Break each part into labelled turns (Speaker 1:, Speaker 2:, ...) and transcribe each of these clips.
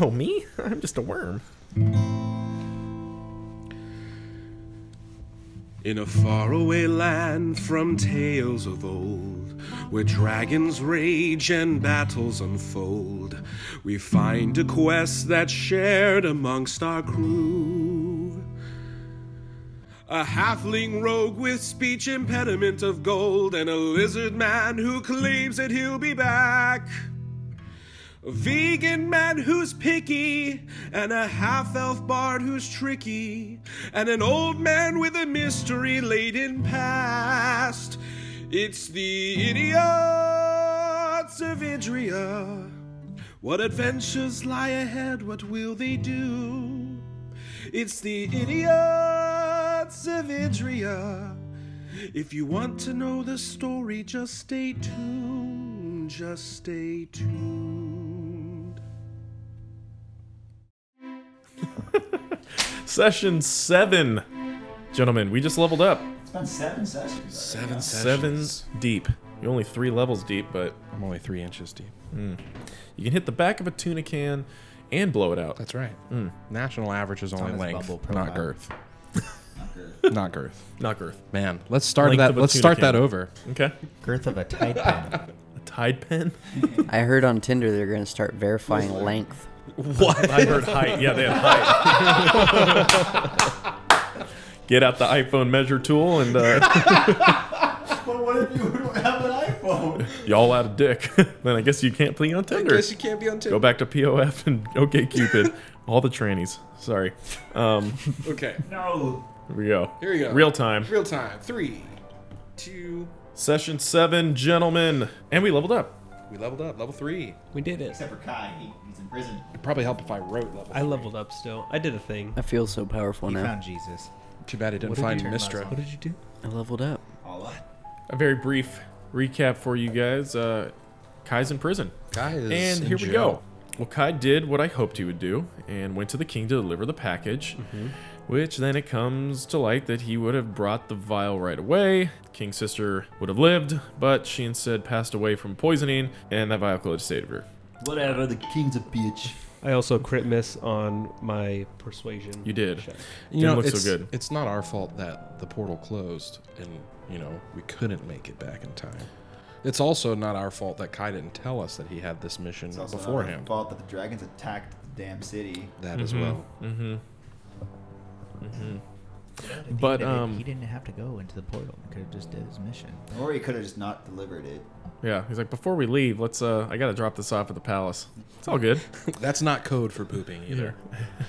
Speaker 1: Oh, me? I'm just a worm.
Speaker 2: In a faraway land from tales of old, where dragons rage and battles unfold, we find a quest that's shared amongst our crew. A halfling rogue with speech impediment of gold, and a lizard man who claims that he'll be back. A vegan man who's picky, and a half elf bard who's tricky, and an old man with a mystery laden past. It's the idiots of Idria. What adventures lie ahead? What will they do? It's the idiots of Idria. If you want to know the story, just stay tuned. Just stay tuned.
Speaker 1: Session seven. Gentlemen, we just leveled up.
Speaker 3: It's been seven sessions.
Speaker 2: Seven
Speaker 1: Seven deep. You're only three levels deep, but Hmm.
Speaker 4: I'm only three inches deep.
Speaker 1: you can hit the back of a tuna can and blow it out. Hmm.
Speaker 4: That's right. National average is only
Speaker 3: his
Speaker 4: length,
Speaker 3: bubble
Speaker 4: not
Speaker 3: profile.
Speaker 4: girth.
Speaker 3: already.
Speaker 4: not girth.
Speaker 1: Not girth.
Speaker 4: Man, let's start
Speaker 1: Length of
Speaker 4: that.
Speaker 1: a
Speaker 4: Let's
Speaker 1: tuna
Speaker 4: start that
Speaker 1: can.
Speaker 4: over.
Speaker 1: Okay.
Speaker 3: Girth of a tight pen.
Speaker 1: A tide pen?
Speaker 5: I heard on Tinder they're going to start verifying length.
Speaker 1: I heard height. Yeah, they had height. Get out the iPhone measure tool and uh,
Speaker 3: but what if you don't have an iPhone?
Speaker 1: y'all out of dick. then I guess you can't play on Tinder.
Speaker 4: you can't be on
Speaker 1: Go back to POF and OK Cupid. All the trannies. Sorry. Um,
Speaker 4: Okay,
Speaker 3: No.
Speaker 1: here we go.
Speaker 4: Here we go.
Speaker 1: Real time.
Speaker 4: real time. Three, two.
Speaker 1: Session seven, gentlemen. And we leveled up.
Speaker 4: We leveled up. Level three.
Speaker 6: We did it.
Speaker 3: Except for Kai, he, he's in prison.
Speaker 4: It'd probably help if I wrote level.
Speaker 6: I leveled up still. I did a thing.
Speaker 5: I feel so powerful
Speaker 3: He
Speaker 5: now.
Speaker 3: found Jesus.
Speaker 4: Too bad I didn't
Speaker 6: What did
Speaker 4: find
Speaker 6: you-
Speaker 4: Mistra.
Speaker 6: What did you do?
Speaker 5: I leveled up.
Speaker 3: Allah.
Speaker 1: A very brief recap for you guys. Uh, Kai's in prison.
Speaker 4: Guy is
Speaker 1: And
Speaker 4: in
Speaker 1: here we
Speaker 4: jail.
Speaker 1: go. Well, Kai did what I hoped he would do and went to the king to deliver the package,
Speaker 4: Mm-hmm.
Speaker 1: which then it comes to light that he would have brought the vial right away. King's sister would have lived, but she instead passed away from poisoning, and that vial could have saved her.
Speaker 3: Whatever, the king's a bitch.
Speaker 6: I also crit miss on my persuasion.
Speaker 1: You did.
Speaker 6: check.
Speaker 4: You
Speaker 1: Didn't
Speaker 4: know,
Speaker 1: look so
Speaker 4: it's,
Speaker 1: good.
Speaker 4: It's not our fault that the portal closed, and you know we couldn't make it back in time. It's also not our fault that Kai didn't tell us that he had this mission
Speaker 3: It's also not our
Speaker 4: beforehand.
Speaker 3: fault that the dragons attacked the damn city.
Speaker 4: That
Speaker 1: Mm-hmm.
Speaker 4: as well. Mm-hmm.
Speaker 1: But,
Speaker 7: he didn't-
Speaker 1: um,
Speaker 7: he didn't have to go into the portal. He could have just did his mission.
Speaker 3: Or he could have just not delivered it.
Speaker 1: Yeah, he's like, before we leave, let's. uh I gotta drop this off at the palace. It's all good.
Speaker 4: That's not code for pooping either.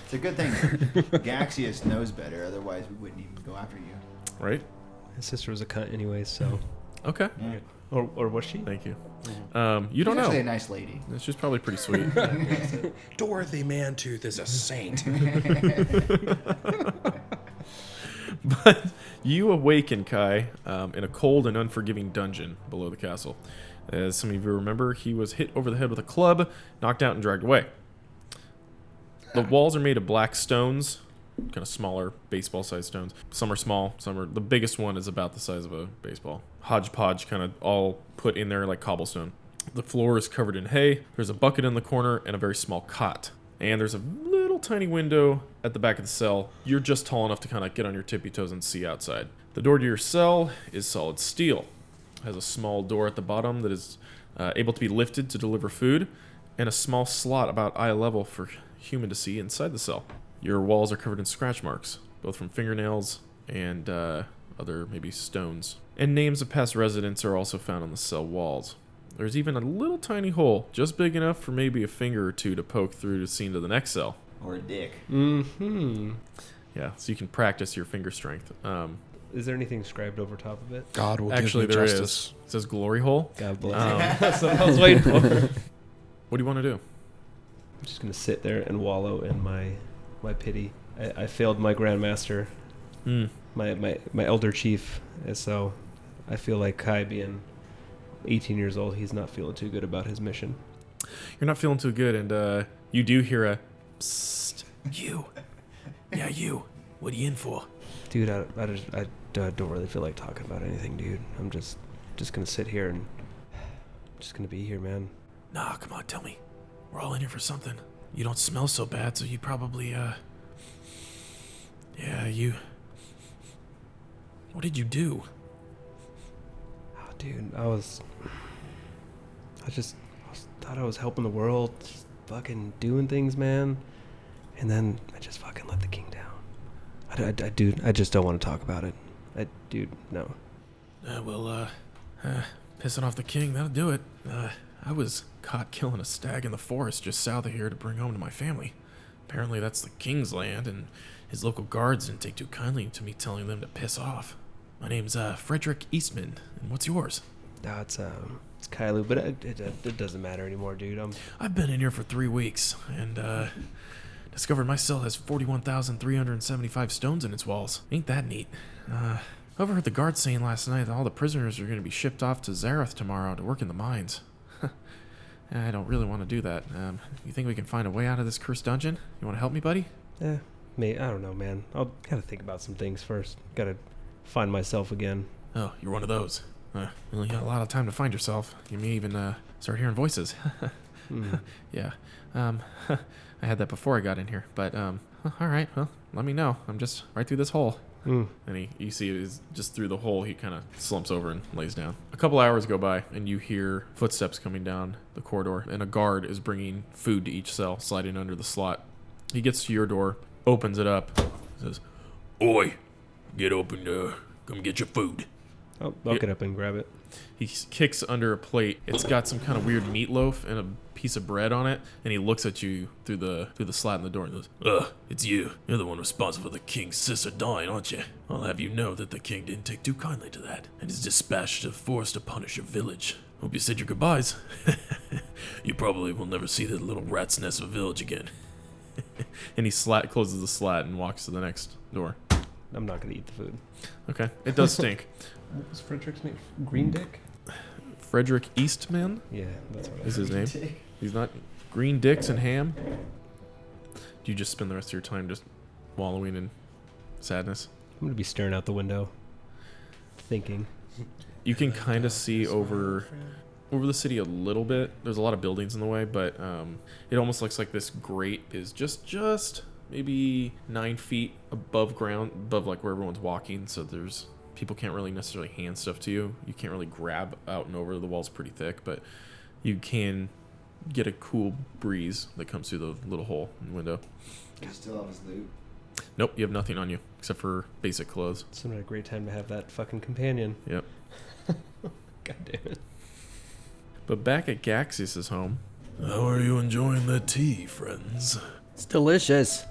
Speaker 3: It's a good thing Gaxius knows better, otherwise we wouldn't even go after you.
Speaker 1: right?
Speaker 6: His sister was a cunt, anyways. So,
Speaker 1: Okay.
Speaker 6: or or was she? Uh,
Speaker 1: Thank you. Um, you don't
Speaker 3: She's actually a
Speaker 1: know.
Speaker 3: nice lady.
Speaker 1: She's probably pretty sweet.
Speaker 4: Dorothy Mantooth is a saint.
Speaker 1: But you awaken Kai um, in a cold and unforgiving dungeon below the castle. As some of you remember, he was hit over the head with a club, knocked out, and dragged away. The walls are made of black stones, kind of smaller baseball sized stones. Some are small, some are. The biggest one is about the size of a baseball. Hodgepodge, kind of all put in there like cobblestone. The floor is covered in hay. There's a bucket in the corner and a very small cot. And there's a little tiny window at the back of the cell. You're just tall enough to kind of get on your tippy toes and see outside. The door to your cell is solid steel has a small door at the bottom that is uh, able to be lifted to deliver food, and a small slot about eye level for human to see inside the cell. Your walls are covered in scratch marks, both from fingernails and uh, other maybe stones. And names of past residents are also found on the cell walls. There's even a little tiny hole, just big enough for maybe a finger or two to poke through to see into the next cell.
Speaker 3: Or a dick.
Speaker 6: Mm-hmm.
Speaker 1: Yeah, so you can practice your finger strength. Um,
Speaker 6: Is there anything scribed over top of it?
Speaker 4: God will
Speaker 1: actually,
Speaker 4: give me
Speaker 1: there is.
Speaker 4: justice.
Speaker 1: It says glory hole.
Speaker 6: God bless.
Speaker 1: Um,
Speaker 6: That's what I was waiting for. I'm
Speaker 1: what do you want to do?
Speaker 6: just gonna sit there and wallow in my my pity. I, I failed my grandmaster,
Speaker 1: Hmm.
Speaker 6: my, my my elder chief, and so I feel like Kai being 18 years old, he's not feeling too good about his mission.
Speaker 1: you're not feeling too good, and uh, you do hear a psst. You, yeah, you. What are you in for?
Speaker 6: Dude, I, I just I, I don't really feel like talking about anything, dude. I'm just just gonna sit here and just gonna be here, man.
Speaker 1: Nah, come on, tell me. We're all in here for something. you don't smell so bad, so you probably uh Yeah, you What did you do?
Speaker 6: Oh, dude, I was. I just I was, thought I was helping the world, just fucking doing things, man. And then I just fucking let the king down. I, d- I d- I dude, I just don't want to talk about it. I, dude, no.
Speaker 1: Uh, well, uh, uh, pissing off the king, that'll do it. Uh, I was caught killing a stag in the forest just south of here to bring home to my family. Apparently, that's the king's land, and his local guards didn't take too kindly to me telling them to piss off. My name's uh, Frederick Eastman, and what's yours?
Speaker 6: No, it's um, it's Kylo, but it, it, it doesn't matter anymore, dude. I'm
Speaker 1: I've been in here for three weeks, and uh, discovered my cell has 41,375 stones in its walls. Ain't that neat? Uh, I overheard the guards saying last night that all the prisoners are going to be shipped off to Zareth tomorrow to work in the mines. I don't really want to do that. Um, you think we can find a way out of this cursed dungeon? You want to help me, buddy?
Speaker 6: Eh, me, I don't know, man. I'll gotta think about some things first. Gotta find myself again.
Speaker 1: Oh, you're one of those. Uh, you only got a lot of time to find yourself. You may even uh, start hearing voices.
Speaker 6: Mm.
Speaker 1: Yeah. Um, I had that before I got in here, but um, all right. Well, let me know. I'm just right through this hole.
Speaker 6: mm.
Speaker 1: And he, you see, is just through the hole. He kind of slumps over and lays down. A couple hours go by, and you hear footsteps coming down the corridor, and a guard is bringing food to each cell, sliding under the slot. He gets to your door, opens it up, says, "Oi, get open, uh, come get your food."
Speaker 6: I'll, I'll
Speaker 1: Yeah.
Speaker 6: get up and grab Oh, it.
Speaker 1: He s- kicks under a plate. It's got some kind of weird meatloaf and a piece of bread on it, and he looks at you through the through the slot in the door and goes, "Ugh, Uh, it's you. You're the one responsible for the king's sister dying, aren't you? I'll have you know that the king didn't take too kindly to that, and is dispatched to the forest to punish your village. Hope you said your goodbyes. you probably will never see that little rat's nest of a village again." and he slat closes the slat and walks to the next door.
Speaker 6: I'm not gonna eat the food.
Speaker 1: Okay, it does stink.
Speaker 4: What was Frederick's name? Green Dick?
Speaker 1: Frederick Eastman
Speaker 6: Yeah, that's what I
Speaker 1: is his name. He's not green dicks and ham. Do you just spend the rest of your time just wallowing in sadness?
Speaker 6: I'm gonna be staring out the window, thinking.
Speaker 1: You can kind of see over over the city a little bit. There's a lot of buildings in the way, but um, it almost looks like this grate is just just maybe nine feet above ground, above like where everyone's walking. So there's people can't really necessarily hand stuff to you. You can't really grab out and over. The wall's pretty thick, but you can get a cool breeze that comes through the little hole in the window.
Speaker 3: You still have his loot.
Speaker 1: Nope, you have nothing on you except for basic clothes.
Speaker 6: It's not a great time to have that fucking companion.
Speaker 1: Yep.
Speaker 6: God damn it.
Speaker 1: But back at Gaxius' home. How are you enjoying the tea, friends?
Speaker 5: It's delicious.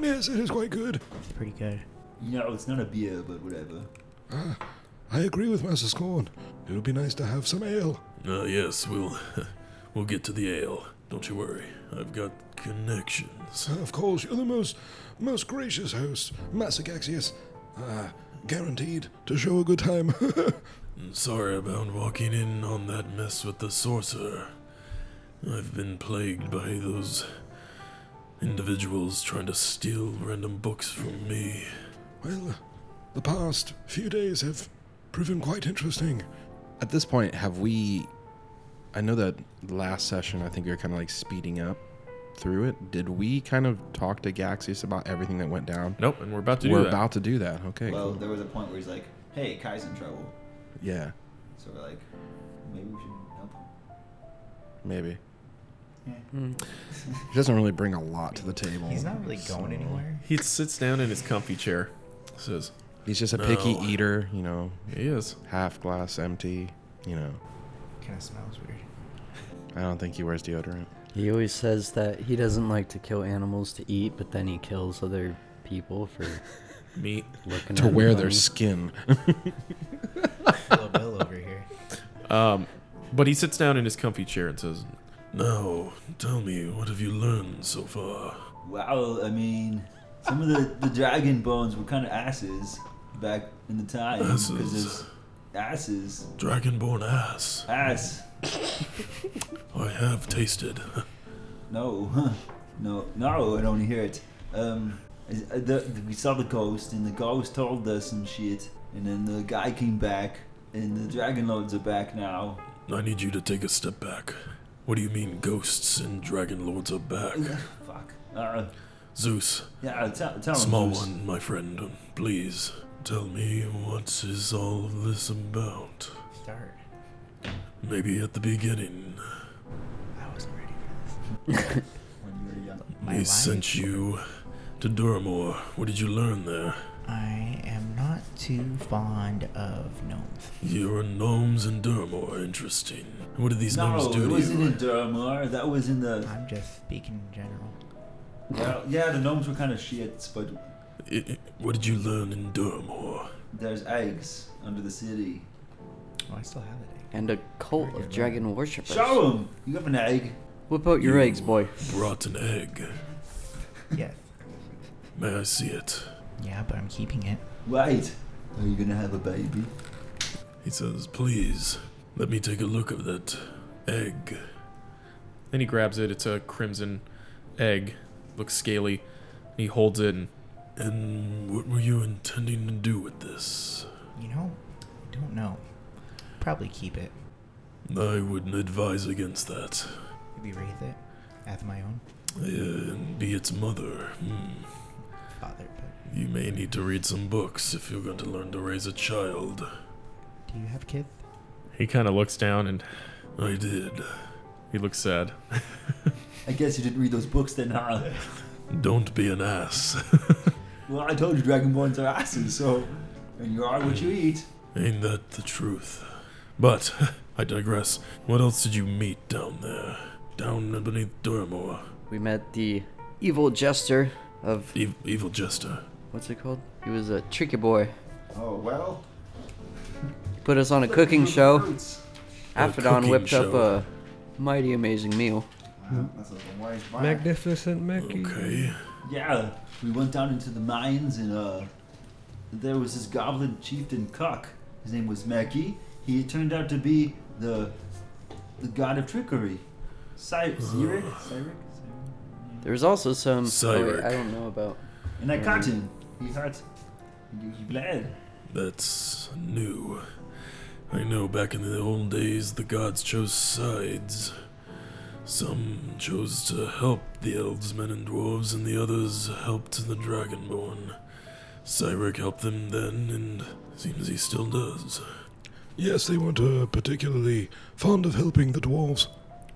Speaker 4: Yes, it is quite good.
Speaker 7: It's pretty good.
Speaker 3: No, it's not a beer, but whatever.
Speaker 4: uh, I agree with Master Scorn. It would be nice to have some ale.
Speaker 8: Uh, yes, we'll we'll get to the ale. Don't you worry. I've got connections.
Speaker 4: Of course, you're the most most gracious host, Master Gaxius. Uh, guaranteed to show a good time.
Speaker 8: I'm sorry about walking in on that mess with the sorcerer. I've been plagued by those individuals trying to steal random books from me.
Speaker 4: well, the past few days have proven quite interesting. At this point, have we? I know that last session, I think we were kind of like speeding up through it. Did we kind of talk to Gaxius about everything that went down?
Speaker 1: Nope, and we're about to
Speaker 4: we're
Speaker 1: do that.
Speaker 4: about to do that. Okay.
Speaker 3: well,
Speaker 4: cool.
Speaker 3: there was a point where he's like, "Hey, Kai's in trouble,"
Speaker 4: Yeah,
Speaker 3: so we're like, "Maybe we should help him."
Speaker 4: maybe.
Speaker 3: Yeah.
Speaker 4: He doesn't really bring a lot to the table.
Speaker 7: Hmm. He's not really
Speaker 4: so-
Speaker 7: going anywhere.
Speaker 1: He sits down in his comfy chair. Says,
Speaker 4: He's just a picky
Speaker 8: No.
Speaker 4: eater, you know,
Speaker 1: "He is."
Speaker 4: half glass empty, you know.
Speaker 7: Kind of smells weird.
Speaker 4: I don't think he wears deodorant.
Speaker 5: He always says that he doesn't like to kill animals to eat, but then he kills other people for
Speaker 1: Meat.
Speaker 5: looking
Speaker 4: To
Speaker 5: at
Speaker 4: wear
Speaker 5: them
Speaker 4: their
Speaker 5: funny.
Speaker 4: skin.
Speaker 7: Little Bill over here.
Speaker 1: Um, but he sits down in his comfy chair and says,
Speaker 8: Now, tell me, what have you learned so far?
Speaker 3: Well, I mean, some of the, the dragon bones were kind of asses back in the time because
Speaker 8: Asses.
Speaker 3: asses,
Speaker 8: Dragonborn ass.
Speaker 3: ass.
Speaker 8: I have tasted.
Speaker 3: No, huh. no, no, I don't hear it. Um, is- uh, the, the- we saw the ghost, and the ghost told us some shit, and then the guy came back, and the dragon lords are back now.
Speaker 8: I need you to take a step back. What do you mean ghosts and dragon lords are back?
Speaker 3: Fuck.
Speaker 7: Uh-uh.
Speaker 3: Uh,
Speaker 8: Zeus,
Speaker 3: yeah, uh, tell, tell him.
Speaker 8: small
Speaker 3: Zeus.
Speaker 8: one, my friend, please tell me what is all of this about?
Speaker 7: Start.
Speaker 8: Maybe at the beginning,
Speaker 7: I wasn't ready for this.
Speaker 3: When you were young.
Speaker 7: My
Speaker 8: they
Speaker 7: life.
Speaker 8: sent you to Duramore. What did you learn there?
Speaker 7: I am not too fond of gnomes.
Speaker 8: You're gnomes and Duramore. Interesting. What did these gnomes
Speaker 3: No,
Speaker 8: do
Speaker 3: it
Speaker 8: to
Speaker 3: wasn't
Speaker 8: you?
Speaker 3: in Duramar. That was in the.
Speaker 7: I'm just speaking in general.
Speaker 3: Well, yeah, the gnomes were kind of shits, but
Speaker 8: I- I- what did you learn in Duramore?
Speaker 3: there's eggs under the city.
Speaker 7: Oh, I still have it.
Speaker 5: And a cult of dragon worshippers.
Speaker 3: Show him. You have an egg.
Speaker 5: Whip out your
Speaker 8: You
Speaker 5: eggs, boy.
Speaker 8: Brought an egg.
Speaker 7: Yes.
Speaker 8: May I see it?
Speaker 7: Yeah, but I'm keeping it.
Speaker 3: Wait. Are you gonna have a baby?
Speaker 8: He says, Please, let me take a look at that egg.
Speaker 1: Then he grabs it. It's a crimson egg. Looks scaly. He holds it and
Speaker 8: And what were you intending to do with this?
Speaker 7: You know, I don't know. Probably keep it.
Speaker 8: I wouldn't advise against that.
Speaker 7: Maybe raise it as my own
Speaker 8: And be its mother. Hmm.
Speaker 7: father. But
Speaker 8: You may need to read some books if you're going to learn to raise a child.
Speaker 7: do you have kids?
Speaker 1: he kind of looks down and
Speaker 8: I did.
Speaker 1: he looks sad.
Speaker 3: I guess you didn't read those books then, huh?
Speaker 8: Don't be an ass.
Speaker 3: Well, I told you dragonborns are asses, so. And you are what you eat.
Speaker 8: Ain't that the truth? But I digress. What else did you meet down there? Down beneath Duramore.
Speaker 5: We met the evil jester of
Speaker 8: Ev- evil Jester.
Speaker 5: what's it called? He was a tricky boy.
Speaker 3: Oh, well.
Speaker 5: He put us on a cooking show.
Speaker 3: Fruits.
Speaker 5: Aphodon
Speaker 8: cooking
Speaker 5: whipped up
Speaker 8: show.
Speaker 5: a mighty amazing meal.
Speaker 3: Wow, that's a wise man.
Speaker 6: Magnificent Mickey.
Speaker 8: Okay.
Speaker 3: Yeah, we went down into the mines and uh, there was this goblin chieftain cuck. His name was Meki. He turned out to be the the god of trickery. Cy-
Speaker 4: Uh-huh.
Speaker 3: Cyric? Cyric?
Speaker 5: There was also some oh, wait,
Speaker 8: Cyric.
Speaker 5: I don't know about.
Speaker 3: And I caught him. He hurt. He he bled.
Speaker 8: That's new. I know back in the old days the gods chose sides. Some chose to help the elves, men, and dwarves, and the others helped the dragonborn. Cyric helped them then, and seems he still does.
Speaker 4: Yes, they weren't uh, particularly fond of helping the dwarves.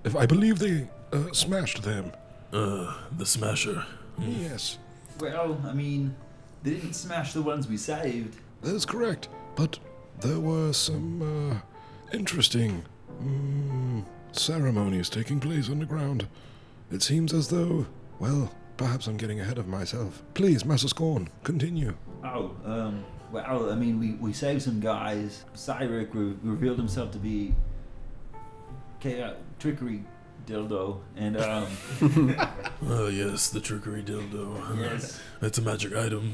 Speaker 4: If I believe they uh, smashed them.
Speaker 8: Uh, the Smasher.
Speaker 4: Yes,
Speaker 3: Well, I mean, they didn't smash the ones we saved.
Speaker 4: that is correct. But there were some uh, interesting mm, ceremonies taking place underground. It seems as though, well, perhaps I'm getting ahead of myself. Please, Master Scorn, continue.
Speaker 3: Oh, um, well, I mean, we, we saved some guys. Cyric re- revealed himself to be chaos, trickery dildo, and um,
Speaker 8: Ah, yes, the trickery dildo.
Speaker 3: yes,
Speaker 8: It's a magic item.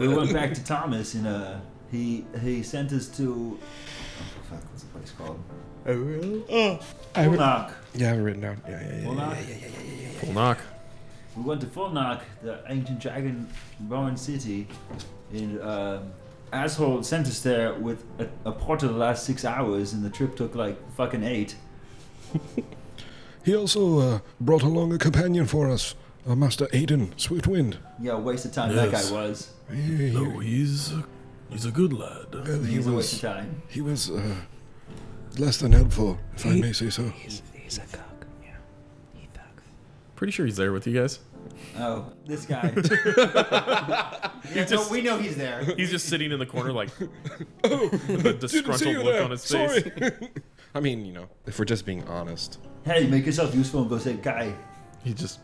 Speaker 3: we went back to Thomas, and uh, he he sent us to. Oh, fuck, what's the place called?
Speaker 7: I will.
Speaker 3: Fulnock.
Speaker 4: Yeah, I've written down. Yeah, yeah,
Speaker 3: Fulnock.
Speaker 1: Full knock.
Speaker 3: We went to Fulnock, the ancient dragon Roman city, and um, asshole sent us there with a, a portal the last six hours, and the trip took like fucking eight.
Speaker 4: He also uh, brought along a companion for us, uh, Master Aiden Swiftwind.
Speaker 3: Yeah, waste of time
Speaker 8: Yes.
Speaker 3: that guy was.
Speaker 4: He, he,
Speaker 8: no, he's a, he's a good lad.
Speaker 4: well, he
Speaker 3: He's a waste of
Speaker 4: was
Speaker 3: time.
Speaker 4: he was uh, less than helpful, if I may say so.
Speaker 7: He's, he's a cock. Yeah. He sucks.
Speaker 1: Pretty sure he's there with you guys.
Speaker 3: Oh, this guy. yeah,
Speaker 1: just-
Speaker 3: no, we know he's there.
Speaker 1: He's just sitting in the corner, like
Speaker 4: Oh,
Speaker 1: with a disgruntled look on his face.
Speaker 4: I mean, you know, if we're just being honest.
Speaker 3: Hey, make yourself useful and go save guy.
Speaker 1: He just.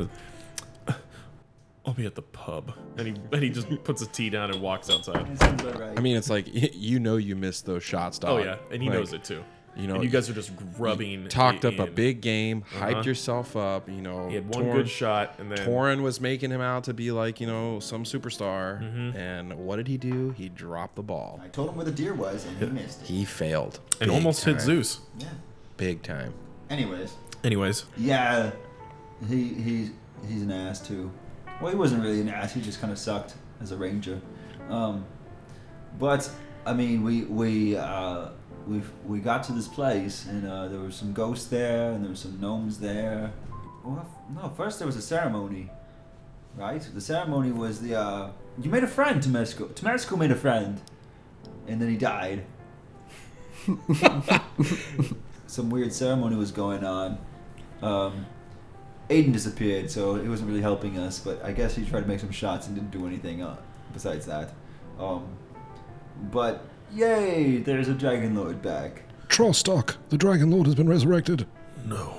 Speaker 1: I'll be at the pub, and he and he just puts a tea down and walks outside.
Speaker 3: That sounds about right.
Speaker 4: I mean, it's like y- you know you missed those shots,
Speaker 1: Oh
Speaker 4: dog.
Speaker 1: yeah, and he
Speaker 4: Like,
Speaker 1: knows it too.
Speaker 4: You know,
Speaker 1: and you guys are just rubbing.
Speaker 4: talked up a
Speaker 1: in.
Speaker 4: big game, hyped
Speaker 1: Uh-huh.
Speaker 4: yourself up. You know,
Speaker 1: He had one
Speaker 4: torn-
Speaker 1: good shot, and then
Speaker 4: Torin was making him out to be like, you know, some superstar.
Speaker 1: Mm-hmm.
Speaker 4: And what did he do? He dropped the ball.
Speaker 3: I told him where the deer was and he missed it.
Speaker 4: He failed.
Speaker 1: and
Speaker 4: Big
Speaker 1: almost hit
Speaker 4: time.
Speaker 1: Zeus.
Speaker 3: Yeah.
Speaker 4: Big time.
Speaker 3: Anyways,
Speaker 1: Anyways,
Speaker 3: yeah, he he's he's an ass too. Well, he wasn't really an ass. He just kind of sucked as a ranger. Um, But I mean, we we uh, we we got to this place, and uh, there were some ghosts there, and there were some gnomes there. Well, no, first there was a ceremony, right? The ceremony was the uh, you made a friend, Tomesco. Tomesco made a friend, and then he died. some weird ceremony was going on. Um, Aiden disappeared, so he wasn't really helping us. But I guess he tried to make some shots and didn't do anything uh, besides that. Um, but yay, there's a dragon lord back.
Speaker 9: Trollstock, the Dragon Lord, has been resurrected.
Speaker 8: No.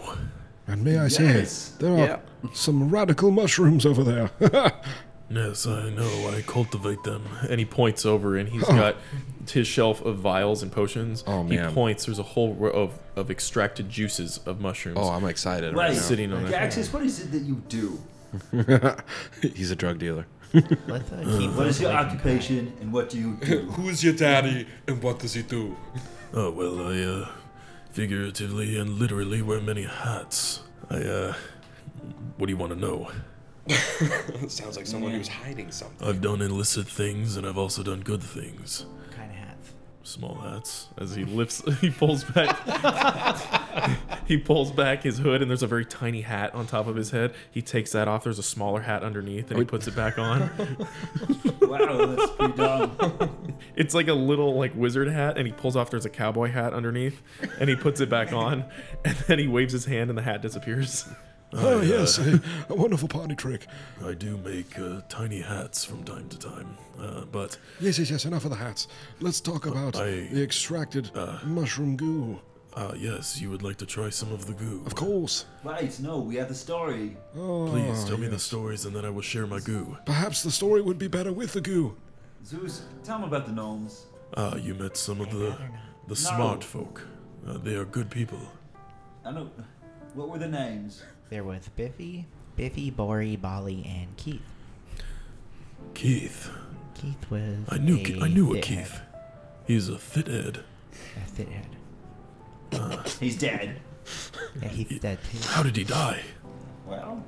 Speaker 9: And may I
Speaker 3: Yes.
Speaker 9: say, there are some radical mushrooms over there.
Speaker 8: Yes, I know. I cultivate them.
Speaker 1: and he points over and he's got his shelf of vials and potions.
Speaker 4: Oh, man.
Speaker 1: He points. There's a whole row of, of extracted juices of mushrooms.
Speaker 4: Oh, I'm excited
Speaker 3: Right.
Speaker 4: right,
Speaker 1: Sitting on it.
Speaker 3: Gaxus, what is it that you do?
Speaker 4: now. He's a drug dealer.
Speaker 7: Let's uh, keep
Speaker 3: What is
Speaker 7: those
Speaker 3: your
Speaker 7: away from
Speaker 3: occupation, and what do you do?
Speaker 2: Who's your daddy and what does he do?
Speaker 8: Oh, well, I, uh, figuratively and literally wear many hats. I, uh, what do you want to know?
Speaker 2: Sounds like someone who's hiding something.
Speaker 8: I've done illicit things and I've also done good things.
Speaker 7: Guy. What kind of hats?
Speaker 8: Small hats.
Speaker 1: As he lifts, he pulls back. he pulls back his hood, and there's a very tiny hat on top of his head. He takes that off. There's a smaller hat underneath, and he puts it back on.
Speaker 3: wow, that's pretty dumb.
Speaker 1: It's like a little like wizard hat, and he pulls off. There's a cowboy hat underneath, and he puts it back on, and then he waves his hand, and the hat disappears.
Speaker 9: oh, yes, a, a wonderful party trick.
Speaker 8: uh, I do make uh, tiny hats from time to time, uh, but Oh,
Speaker 9: Yes, yes, yes, enough of the hats. Let's talk about
Speaker 8: I-
Speaker 9: the extracted mushroom goo.
Speaker 8: uh, yes, you would like to try some of the goo.
Speaker 9: Of course.
Speaker 3: Right, no, we have the story.
Speaker 9: Oh,
Speaker 8: Please tell me the stories and then I will share my goo.
Speaker 9: Perhaps the story would be better with the goo.
Speaker 3: Zeus, tell them about the gnomes.
Speaker 8: Ah, you met some of the the smart folk. Uh, they are good people.
Speaker 3: I don't. What were the names?
Speaker 7: There was Biffy, Biffy, Bori, Bali, and Keith.
Speaker 8: Keith,
Speaker 7: Keith was.
Speaker 8: I knew Ke- I knew a
Speaker 7: fithead,
Speaker 8: Keith. He's a fithead.
Speaker 7: A fithead.
Speaker 8: Ah.
Speaker 3: He's dead.
Speaker 7: Yeah, he's dead too.
Speaker 8: How did he die?
Speaker 3: Well,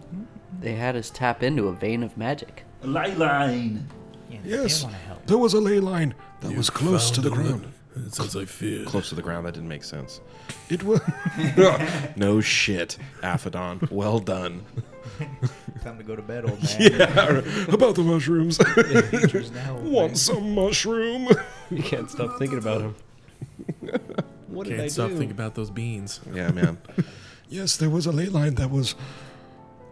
Speaker 5: They had us tap into a vein of magic.
Speaker 3: a light line.
Speaker 7: Yeah,
Speaker 9: Yes,
Speaker 7: They want to help.
Speaker 9: there was a ley line that
Speaker 8: You
Speaker 9: was close to
Speaker 8: found
Speaker 9: the
Speaker 8: a
Speaker 9: ground.
Speaker 8: lim- It's as I feared.
Speaker 4: Close to the ground, that didn't make sense.
Speaker 9: It was.
Speaker 4: No shit, Aphodon. Well done.
Speaker 7: Time to go to bed, old man.
Speaker 9: about the mushrooms.
Speaker 7: Nature's now. old man.
Speaker 9: Want some mushroom?
Speaker 6: You can't stop thinking about him. What did I
Speaker 1: Can't stop
Speaker 6: do?
Speaker 1: thinking about those beans.
Speaker 4: Yeah, man.
Speaker 9: Yes, there was a ley line that was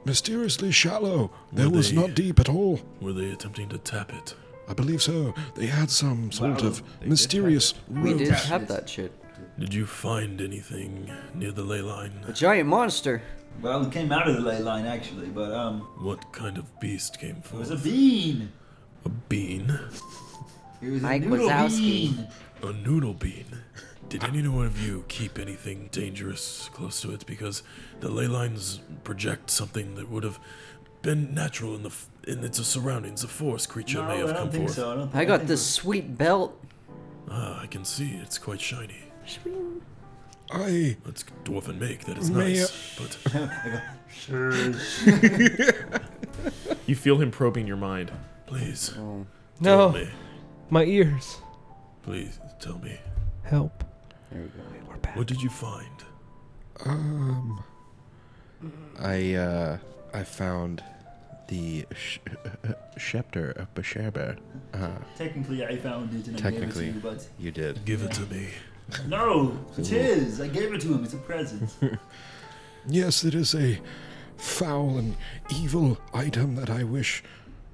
Speaker 9: mysteriously shallow. There
Speaker 8: Were
Speaker 9: was
Speaker 8: they-
Speaker 9: not deep at all.
Speaker 8: Were they attempting to tap it?
Speaker 9: I believe so. They had some sort of mysterious
Speaker 5: We
Speaker 9: road.
Speaker 5: did have that shit.
Speaker 8: Did you find anything near the ley line?
Speaker 5: A giant monster.
Speaker 3: Well, it came out of the ley line actually, but um,
Speaker 8: What kind of beast came
Speaker 3: it
Speaker 8: forth?
Speaker 3: was a bean.
Speaker 8: a bean?
Speaker 3: It was a
Speaker 5: Mike
Speaker 3: noodle
Speaker 5: Wazowski.
Speaker 3: bean.
Speaker 8: A noodle bean. Did any one of you keep anything dangerous close to it? Because the ley lines project something that would have been natural in the f- in its surroundings. A forest creature
Speaker 3: No,
Speaker 8: may have
Speaker 3: I
Speaker 8: come
Speaker 3: don't think
Speaker 8: forth.
Speaker 3: so. I, don't think,
Speaker 5: I got
Speaker 3: think
Speaker 5: this sweet belt.
Speaker 8: Ah, I can see it's quite shiny.
Speaker 9: I
Speaker 8: That's dwarven make. That is
Speaker 9: May
Speaker 8: nice. But
Speaker 1: You feel him probing your mind.
Speaker 8: please,
Speaker 9: Oh.
Speaker 8: tell
Speaker 6: No,
Speaker 8: me.
Speaker 6: my ears.
Speaker 8: Please tell me.
Speaker 6: Help. We're back.
Speaker 8: What did you find?
Speaker 9: um
Speaker 4: I uh, I found the sh- scepter of Basherber. Uh,
Speaker 3: Technically, I found it and I
Speaker 4: Technically.
Speaker 3: gave it to you,
Speaker 4: you did.
Speaker 8: Give it to me.
Speaker 3: but no, it's his. I gave it to him. It's a present.
Speaker 9: yes, it is a foul and evil item that I wish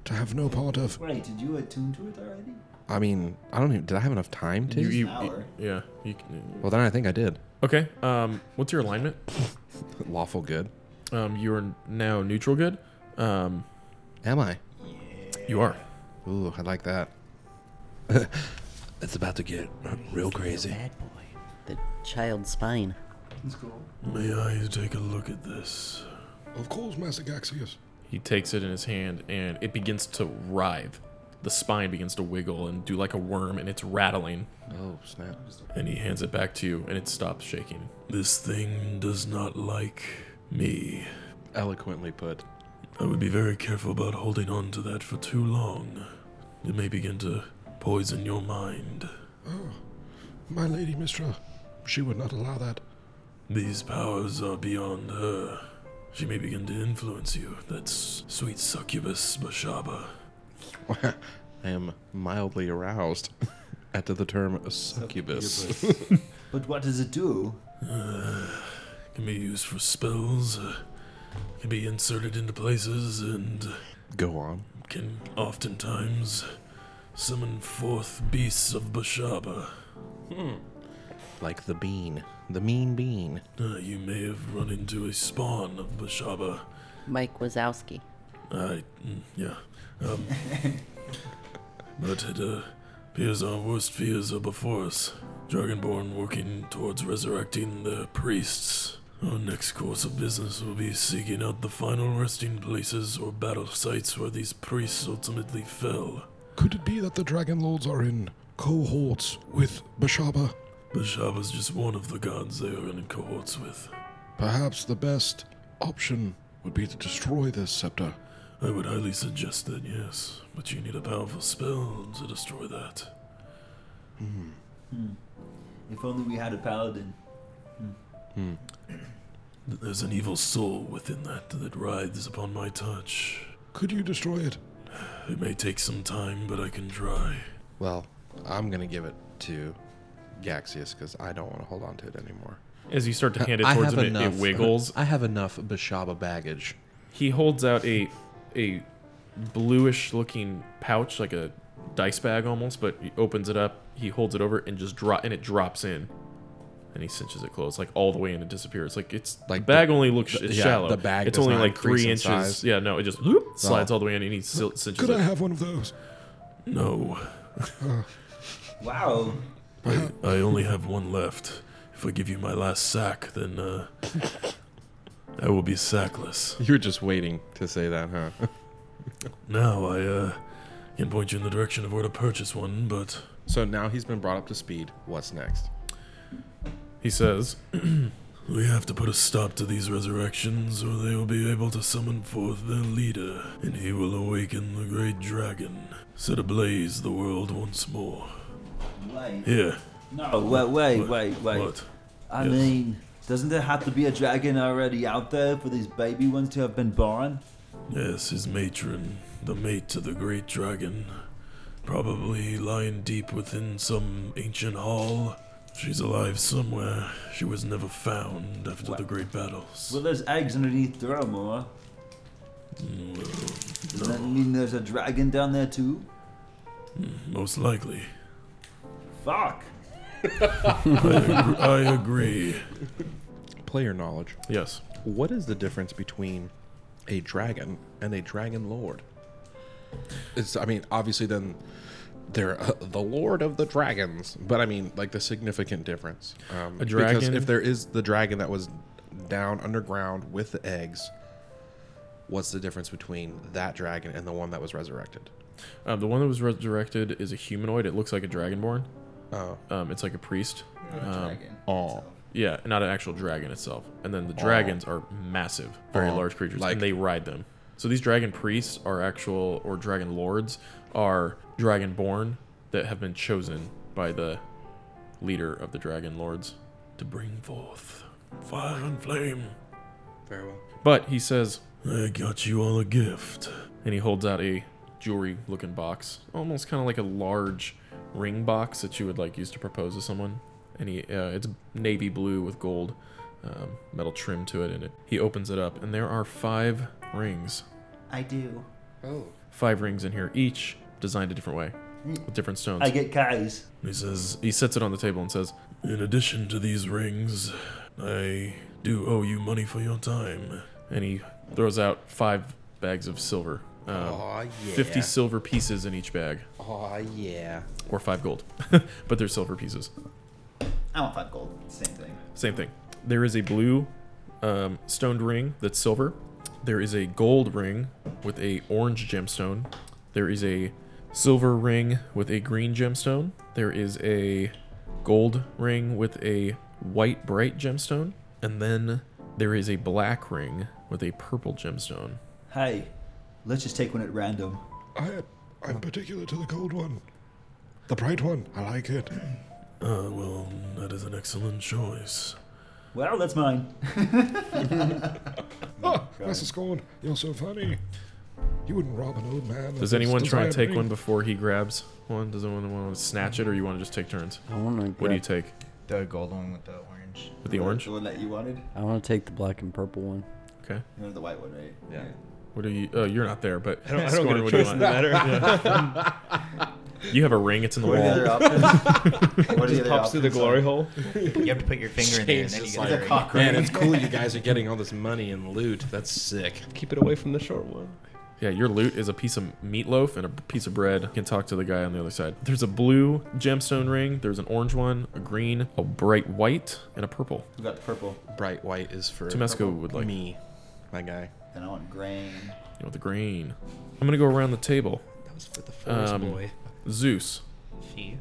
Speaker 9: to have no part of.
Speaker 3: Right? Did you attune to it already?
Speaker 4: I mean, I don't even. Did I have enough time to?
Speaker 1: You, you-
Speaker 3: Sour.
Speaker 1: yeah. You, can-
Speaker 4: well, then I think I did.
Speaker 1: okay. Um, what's your alignment?
Speaker 4: Lawful good.
Speaker 1: Um, you are now neutral good. Um,
Speaker 4: Am I?
Speaker 1: you are.
Speaker 4: Ooh, I like that.
Speaker 8: It's about to get real crazy.
Speaker 7: Bad boy.
Speaker 5: The child spine.
Speaker 3: It's cool.
Speaker 8: May I take a look at this?
Speaker 9: Of course, Master Gaxius.
Speaker 1: He takes it in his hand and it begins to writhe. The spine begins to wiggle and do like a worm and it's rattling.
Speaker 4: Oh snap!
Speaker 1: And he hands it back to you and it stops shaking.
Speaker 8: This thing does not like me.
Speaker 4: Eloquently put.
Speaker 8: I would be very careful about holding on to that for too long. It may begin to poison your mind.
Speaker 9: Oh, my lady Mistra, she would not allow that.
Speaker 8: These powers are beyond her. She may begin to influence you. That's sweet succubus Bashaba.
Speaker 4: I am mildly aroused at the term succubus.
Speaker 3: but what does it do?
Speaker 8: Uh, can be used for spells, uh, can be inserted into places, and
Speaker 4: Go on.
Speaker 8: can oftentimes summon forth beasts of Bashaba.
Speaker 4: Hmm. Like the bean, the mean bean.
Speaker 8: Uh, you may have run into a spawn of Bashaba.
Speaker 10: Mike Wazowski.
Speaker 8: I, mm, yeah. Um, but it uh, appears our worst fears are before us. Dragonborn working towards resurrecting their priests. Our next course of business will be seeking out the final resting places or battle sites where these priests ultimately fell.
Speaker 9: Could it be that the Dragon Lords are in cohorts with Bashaba?
Speaker 8: Bashaba's just one of the gods they are in cohorts with.
Speaker 9: Perhaps the best option would be to destroy this scepter.
Speaker 8: I would highly suggest that, yes, but you need a powerful spell to destroy that.
Speaker 3: Hmm. If only we had a paladin.
Speaker 8: Hmm. There's an evil soul within that that writhes upon my touch.
Speaker 9: Could you destroy it?
Speaker 8: It may take some time, but I can try.
Speaker 4: Well, I'm gonna give it to Gaxius because I don't want to hold on to it anymore.
Speaker 1: As you start to hand it
Speaker 4: I
Speaker 1: towards
Speaker 4: have
Speaker 1: him, it, it
Speaker 4: enough-
Speaker 1: wiggles.
Speaker 4: I have enough Bashaba baggage.
Speaker 1: He holds out a a bluish-looking pouch, like a dice bag almost, but he opens it up. He holds it over and just drop, and it drops in. And he cinches it close, like all the way in, and disappears. Like it's like
Speaker 4: Like
Speaker 1: the bag
Speaker 4: the-
Speaker 1: only looks it's
Speaker 4: yeah,
Speaker 1: shallow.
Speaker 4: the bag
Speaker 1: it's
Speaker 4: does
Speaker 1: only
Speaker 4: not
Speaker 1: like
Speaker 4: increase in
Speaker 1: three inches.
Speaker 4: size. Uh-huh.
Speaker 1: Yeah, no, it just whoop, slides all the way in, and he sil- cinches
Speaker 9: Could I
Speaker 1: it.
Speaker 9: have one of those? Uh.
Speaker 8: No,
Speaker 3: Wow.
Speaker 8: I, I only have one left. If I give you my last sack, then uh, I will be sackless.
Speaker 4: You were just waiting to say that, huh?
Speaker 8: Now I uh, can point you in the direction of where to purchase one, but
Speaker 4: so now he's been brought up to speed. What's next?
Speaker 1: He says,
Speaker 8: we have to put a stop to these resurrections, or they will be able to summon forth their leader, and he will awaken the great dragon, set ablaze the world once more.
Speaker 3: Wait.
Speaker 8: Here,
Speaker 3: No, Oh, wait, wait, wait, wait.
Speaker 8: what?
Speaker 3: I
Speaker 8: Yes.
Speaker 3: mean, doesn't there have to be a dragon already out there for these baby ones to have been born?
Speaker 8: Yes, his matron, the mate to the great dragon, probably lying deep within some ancient hall. She's alive somewhere. She was never found after the great battles.
Speaker 3: Well, there's eggs underneath Duramore. Does that mean there's a dragon down there too?
Speaker 8: Hmm, Most likely.
Speaker 3: Fuck.
Speaker 8: I agree.
Speaker 4: Player knowledge.
Speaker 1: "Yes,
Speaker 4: What is the difference between a dragon and a dragon lord? It's, I mean, obviously, then they're uh, the lord of the dragons, but I mean, like the significant difference. Um,
Speaker 1: A
Speaker 4: Because
Speaker 1: dragon-
Speaker 4: if there is the dragon that was down underground with the eggs, what's the difference between that dragon and the one that was resurrected?
Speaker 1: um, the one that was resurrected is a humanoid. It looks like a dragonborn.
Speaker 4: Oh,
Speaker 1: Um, it's like a priest. Um,
Speaker 4: oh,
Speaker 1: Yeah, not an actual dragon itself. And then the dragons are massive, very
Speaker 4: Aw,
Speaker 1: large creatures,
Speaker 4: Oh. like-
Speaker 1: and they ride them. So these dragon priests are actual, or dragon lords are dragonborn that have been chosen by the leader of the dragon lords.
Speaker 8: To bring forth fire and flame.
Speaker 4: very well.
Speaker 1: But he says,
Speaker 8: I got you all a gift.
Speaker 1: and he holds out a jewelry-looking box, almost kind of like a large ring box that you would like use to propose to someone. And he, uh, it's navy blue with gold um, metal trim to it, and it, he opens it up, and there are five rings.
Speaker 7: I do. Oh,
Speaker 1: five rings in here, each designed a different way with different stones.
Speaker 3: I get guys.
Speaker 8: He says,
Speaker 1: he sets it on the table and says,
Speaker 8: In addition to these rings, I do owe you money for your time.
Speaker 1: and he throws out five bags of silver. Um,
Speaker 4: Aw, yeah.
Speaker 1: 50 silver pieces in each bag,
Speaker 4: Oh, yeah.
Speaker 1: or five gold, but they're silver pieces.
Speaker 7: I want five gold. Same thing.
Speaker 1: Same thing. There is a blue um, stoned ring that's silver. There is a gold ring with a orange gemstone. There is a silver ring with a green gemstone. There is a gold ring with a white bright gemstone. And then there is a black ring with a purple gemstone.
Speaker 3: Hey, let's just take one at random.
Speaker 9: I, I'm particular to the gold one. The bright one. I like it.
Speaker 8: Ah, well, that is an excellent choice.
Speaker 3: Well, that's mine.
Speaker 9: Ah, Master Scorn, you're so funny. You wouldn't rob an old man. of
Speaker 1: Does
Speaker 9: his
Speaker 1: anyone try and
Speaker 9: desired
Speaker 1: take
Speaker 9: ring.
Speaker 1: one before he grabs one? Does anyone want to snatch it, or you want to just take turns?
Speaker 5: I want to.
Speaker 1: What do you take?
Speaker 7: The gold one with the orange.
Speaker 1: With the orange?
Speaker 3: The one that you wanted?
Speaker 5: I want to take the black and purple one.
Speaker 1: Okay.
Speaker 3: You wanted the white one, right?
Speaker 4: Yeah.
Speaker 1: What are you? Oh, you're not there, but
Speaker 6: I don't, I don't
Speaker 1: Scorn,
Speaker 6: get a
Speaker 1: what do you
Speaker 6: choice in
Speaker 1: want?
Speaker 6: the matter.
Speaker 1: You have a ring. It's in the
Speaker 3: What are the
Speaker 1: wall.
Speaker 3: other options? What are the other
Speaker 6: Pops through the
Speaker 3: options?
Speaker 6: glory hole.
Speaker 7: You have to put your finger in there and then you get
Speaker 3: like-
Speaker 7: the ring.
Speaker 3: cock
Speaker 4: Man, it's cool you guys are getting all this money and loot. That's sick.
Speaker 6: Keep it away from the short one.
Speaker 1: Yeah, your loot is a piece of meatloaf and a piece of bread. You can talk to the guy on the other side. There's a blue gemstone ring. There's an orange one, a green, a bright white, and a purple.
Speaker 3: Who got the purple?
Speaker 4: Bright white is for
Speaker 1: Tomesco would like.
Speaker 4: me, my guy.
Speaker 3: And I want grain.
Speaker 1: You know, the green. I'm gonna go around the table.
Speaker 6: That was for the forest
Speaker 1: Um,
Speaker 6: boy.
Speaker 1: Zeus,
Speaker 7: Fee.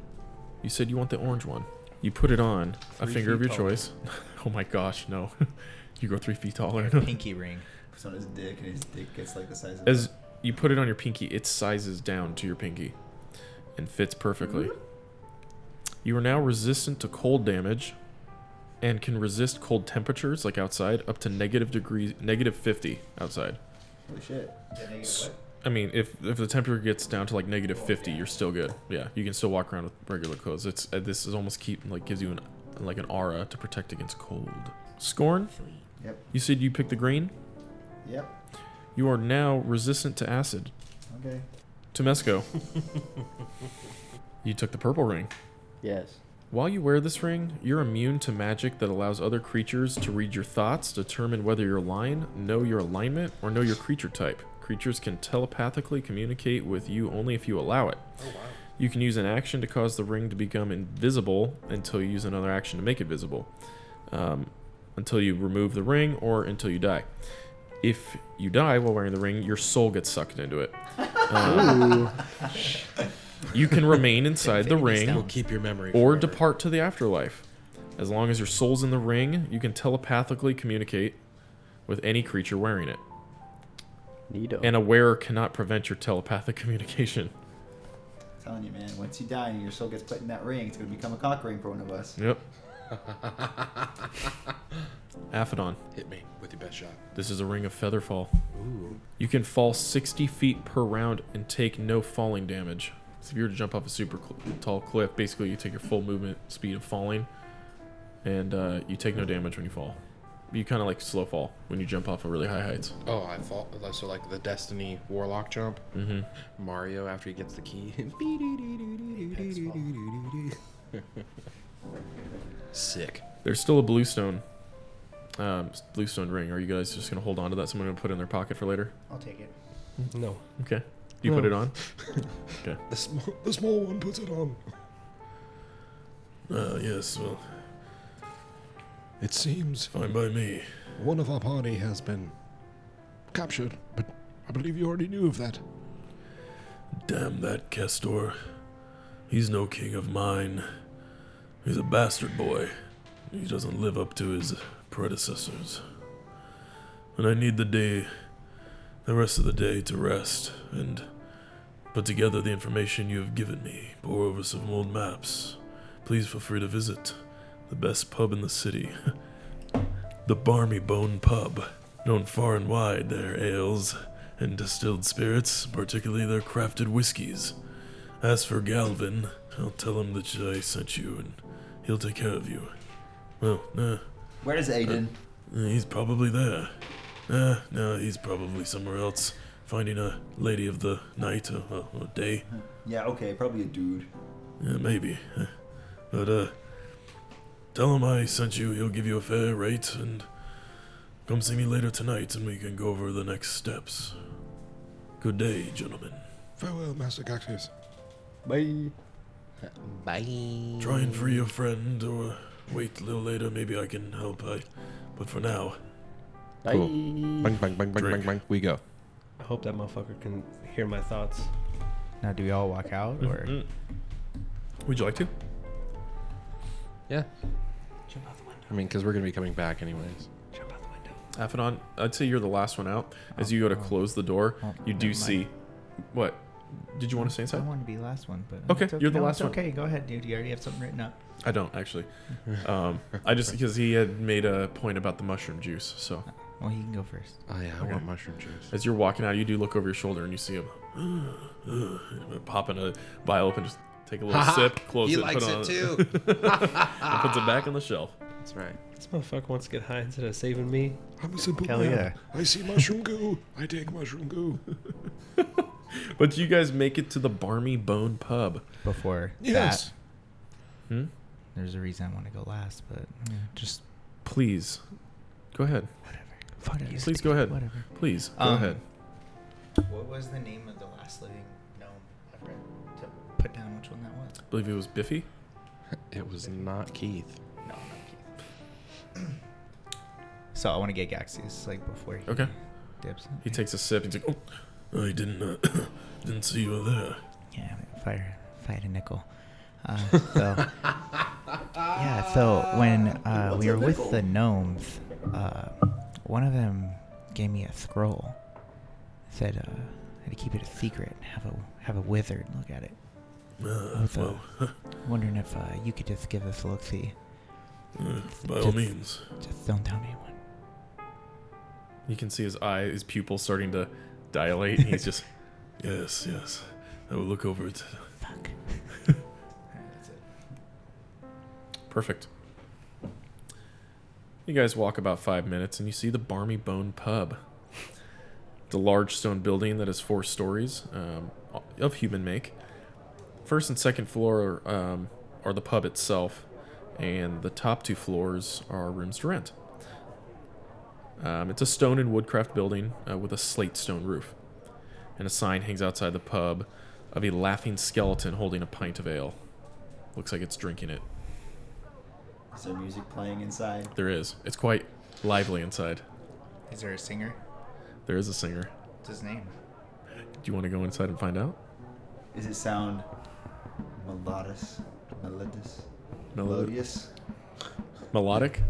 Speaker 1: you said you want the orange one. You put it on a
Speaker 7: Three
Speaker 1: finger of your
Speaker 7: feet tall.
Speaker 1: choice. oh my gosh, no. you go three feet taller.
Speaker 7: Pinky ring.
Speaker 3: It's on his dick, and his dick gets like the size of
Speaker 1: As you put it on your pinky, it sizes down to your pinky and fits perfectly.
Speaker 6: Mm-hmm.
Speaker 1: You are now resistant to cold damage and can resist cold temperatures like outside up to negative degrees negative 50 outside.
Speaker 3: Holy shit.
Speaker 1: S- I mean, if if the temperature gets down to like negative 50, you're still good. Yeah, you can still walk around with regular clothes. It's uh, this is almost keep like gives you an like an aura to protect against cold. Scorn,
Speaker 3: Yep.
Speaker 1: you said you picked the green.
Speaker 3: Yep.
Speaker 1: You are now resistant to acid.
Speaker 3: Okay.
Speaker 1: Tomesco, you took the purple ring.
Speaker 5: Yes.
Speaker 1: While you wear this ring, you're immune to magic that allows other creatures to read your thoughts, determine whether you're lying, know your alignment, or know your creature type. Creatures can telepathically communicate with you only if you allow it. You can use an action to cause the ring to become invisible until you use another action to make it visible, um, until you remove the ring, or until you die. If you die while wearing the ring, your soul gets sucked into it. Um, you can remain inside the
Speaker 7: Infinity's
Speaker 1: ring
Speaker 7: down.
Speaker 4: Keep your memory.
Speaker 1: or
Speaker 4: forever.
Speaker 1: depart to the afterlife. As long as your soul's in the ring, you can telepathically communicate with any creature wearing it.
Speaker 5: Neato.
Speaker 1: And a wearer cannot prevent your telepathic communication.
Speaker 3: telling you, man. Once you die and your soul gets put in that ring, it's gonna become a cock ring for one of us.
Speaker 1: Yep. Aphodon,
Speaker 4: Hit me with your best shot.
Speaker 1: this is a ring of feather fall.
Speaker 4: Ooh.
Speaker 1: You can fall 60 feet per round and take no falling damage. So if you were to jump off a super cl- tall cliff, basically you take your full movement speed of falling, and uh, you take no damage when you fall. You kind of like slow fall when you jump off of really high heights.
Speaker 4: Oh, I fall. So like the Destiny Warlock jump.
Speaker 1: Mm-hmm.
Speaker 4: Mario after he gets the key. Sick.
Speaker 1: There's still a bluestone, um, s- bluestone ring. Are you guys just gonna hold on to that? Someone gonna put it in their pocket for later?
Speaker 7: I'll take it.
Speaker 6: No.
Speaker 1: Okay. You put
Speaker 6: No.
Speaker 1: it on.
Speaker 9: The small, the small one puts it on.
Speaker 8: Ah, yes, well,
Speaker 9: It seems
Speaker 8: fine by me.
Speaker 9: one of our party has been captured, but I believe you already knew of that.
Speaker 8: Damn that Kestor. He's no king of mine. He's a bastard boy. He doesn't live up to his predecessors. And I need the day, the rest of the day, to rest and put together the information you have given me, pore over some old maps. Please feel free to visit the best pub in the city, the Barmy Bone Pub, known far and wide their ales and distilled spirits, particularly their crafted whiskies. As for Galvin, I'll tell him that I sent you and he'll take care of you. Well, uh,
Speaker 3: Where is Aiden?
Speaker 8: he's probably there. Uh, no, he's probably somewhere else, finding a lady of the night or, or- or day.
Speaker 3: yeah, okay, probably a dude.
Speaker 8: Yeah, maybe. But, uh, tell him I sent you. He'll give you a fair rate and come see me later tonight and we can go over the next steps. Good day, gentlemen.
Speaker 9: Farewell, Master Cactus.
Speaker 5: Bye.
Speaker 4: Bye.
Speaker 8: Try and free your friend or wait a little later. Maybe I can help. I, but for now,
Speaker 5: Bye.
Speaker 4: Bang bang bang bang bang
Speaker 8: Drink.
Speaker 4: bang. We go.
Speaker 6: I hope that motherfucker can hear my thoughts.
Speaker 7: Now, do we all walk out or?
Speaker 1: Mm. Would you like to?
Speaker 4: Yeah.
Speaker 6: Jump out the window.
Speaker 4: I mean, because we're gonna be coming back anyways.
Speaker 6: Jump out the window.
Speaker 1: Aphodon, I'd say you're the last one out. As you go to close the door,
Speaker 7: Oh,
Speaker 1: you do
Speaker 7: never mind.
Speaker 1: see. What? Did you want to stay
Speaker 7: I
Speaker 1: inside?
Speaker 7: want to be the last one, but
Speaker 1: Okay,
Speaker 7: it's
Speaker 1: you're the
Speaker 7: no,
Speaker 1: last
Speaker 7: it's
Speaker 1: one.
Speaker 7: Okay, go ahead, dude. You already have something written up.
Speaker 1: I don't actually. Um, I just because he had made a point about the mushroom juice. So
Speaker 7: Well, he can go first.
Speaker 4: Oh yeah, I want mushroom juice.
Speaker 1: as you're walking out, you do look over your shoulder and you see him popping a vial open. Just take a little sip, close
Speaker 4: he
Speaker 1: it,
Speaker 4: likes
Speaker 1: put
Speaker 4: it
Speaker 1: on
Speaker 4: too.
Speaker 1: and puts it back on the shelf.
Speaker 4: That's right.
Speaker 6: This motherfucker wants to get high instead of saving me.
Speaker 9: I'm a simple
Speaker 6: Hell
Speaker 9: man.
Speaker 6: yeah.
Speaker 9: I see mushroom goo. I take mushroom goo.
Speaker 1: But you guys make it to the Barmy Bone Pub.
Speaker 7: Before
Speaker 9: Yes.
Speaker 7: that,
Speaker 1: Hmm?
Speaker 7: there's a reason I want to go last, but yeah, just
Speaker 1: Please, go ahead.
Speaker 7: whatever. Fuck you.
Speaker 1: Please go ahead.
Speaker 7: Whatever.
Speaker 1: Please go
Speaker 7: Um,
Speaker 1: ahead.
Speaker 7: What was the name of the last living gnome? I forgot to put down which one that was.
Speaker 1: I believe it was Biffy.
Speaker 4: It was not Keith.
Speaker 7: No, not Keith. so I want to get Gaxius like before he
Speaker 1: Okay.
Speaker 7: dips.
Speaker 1: He takes a sip. He's like, oh,
Speaker 8: I didn't uh, didn't see you were there.
Speaker 7: Yeah, fire, fight a nickel. Uh, so yeah, so when uh, we were with the gnomes, uh, one of them gave me a scroll. Said uh, I had to keep it a secret. Have a have a wizard look at it.
Speaker 8: Uh,
Speaker 7: What's
Speaker 8: well,
Speaker 7: Wondering if uh, you could just give us a look see.
Speaker 8: uh, by all means.
Speaker 7: Just don't tell anyone.
Speaker 1: you can see his eye, his pupil starting to dilate. And he's just,
Speaker 8: Yes, yes. I will look over it.
Speaker 7: Fuck.
Speaker 1: Perfect. You guys walk about five minutes and you see the Barmy Bone Pub. It's a large stone building that is four stories um, of human make. First and second floor um, are the pub itself, and the top two floors are rooms to rent. Um, it's a stone and woodcraft building uh, with a slate stone roof. And a sign hangs outside the pub of a laughing skeleton holding a pint of ale. Looks like it's drinking it.
Speaker 3: Is there music playing inside?
Speaker 1: There is. It's quite lively inside.
Speaker 7: Is there a singer?
Speaker 1: There is a singer.
Speaker 7: What's his name?
Speaker 1: Do you want to go inside and find out?
Speaker 3: Is it sound melodious? Melodious?
Speaker 1: Melodic.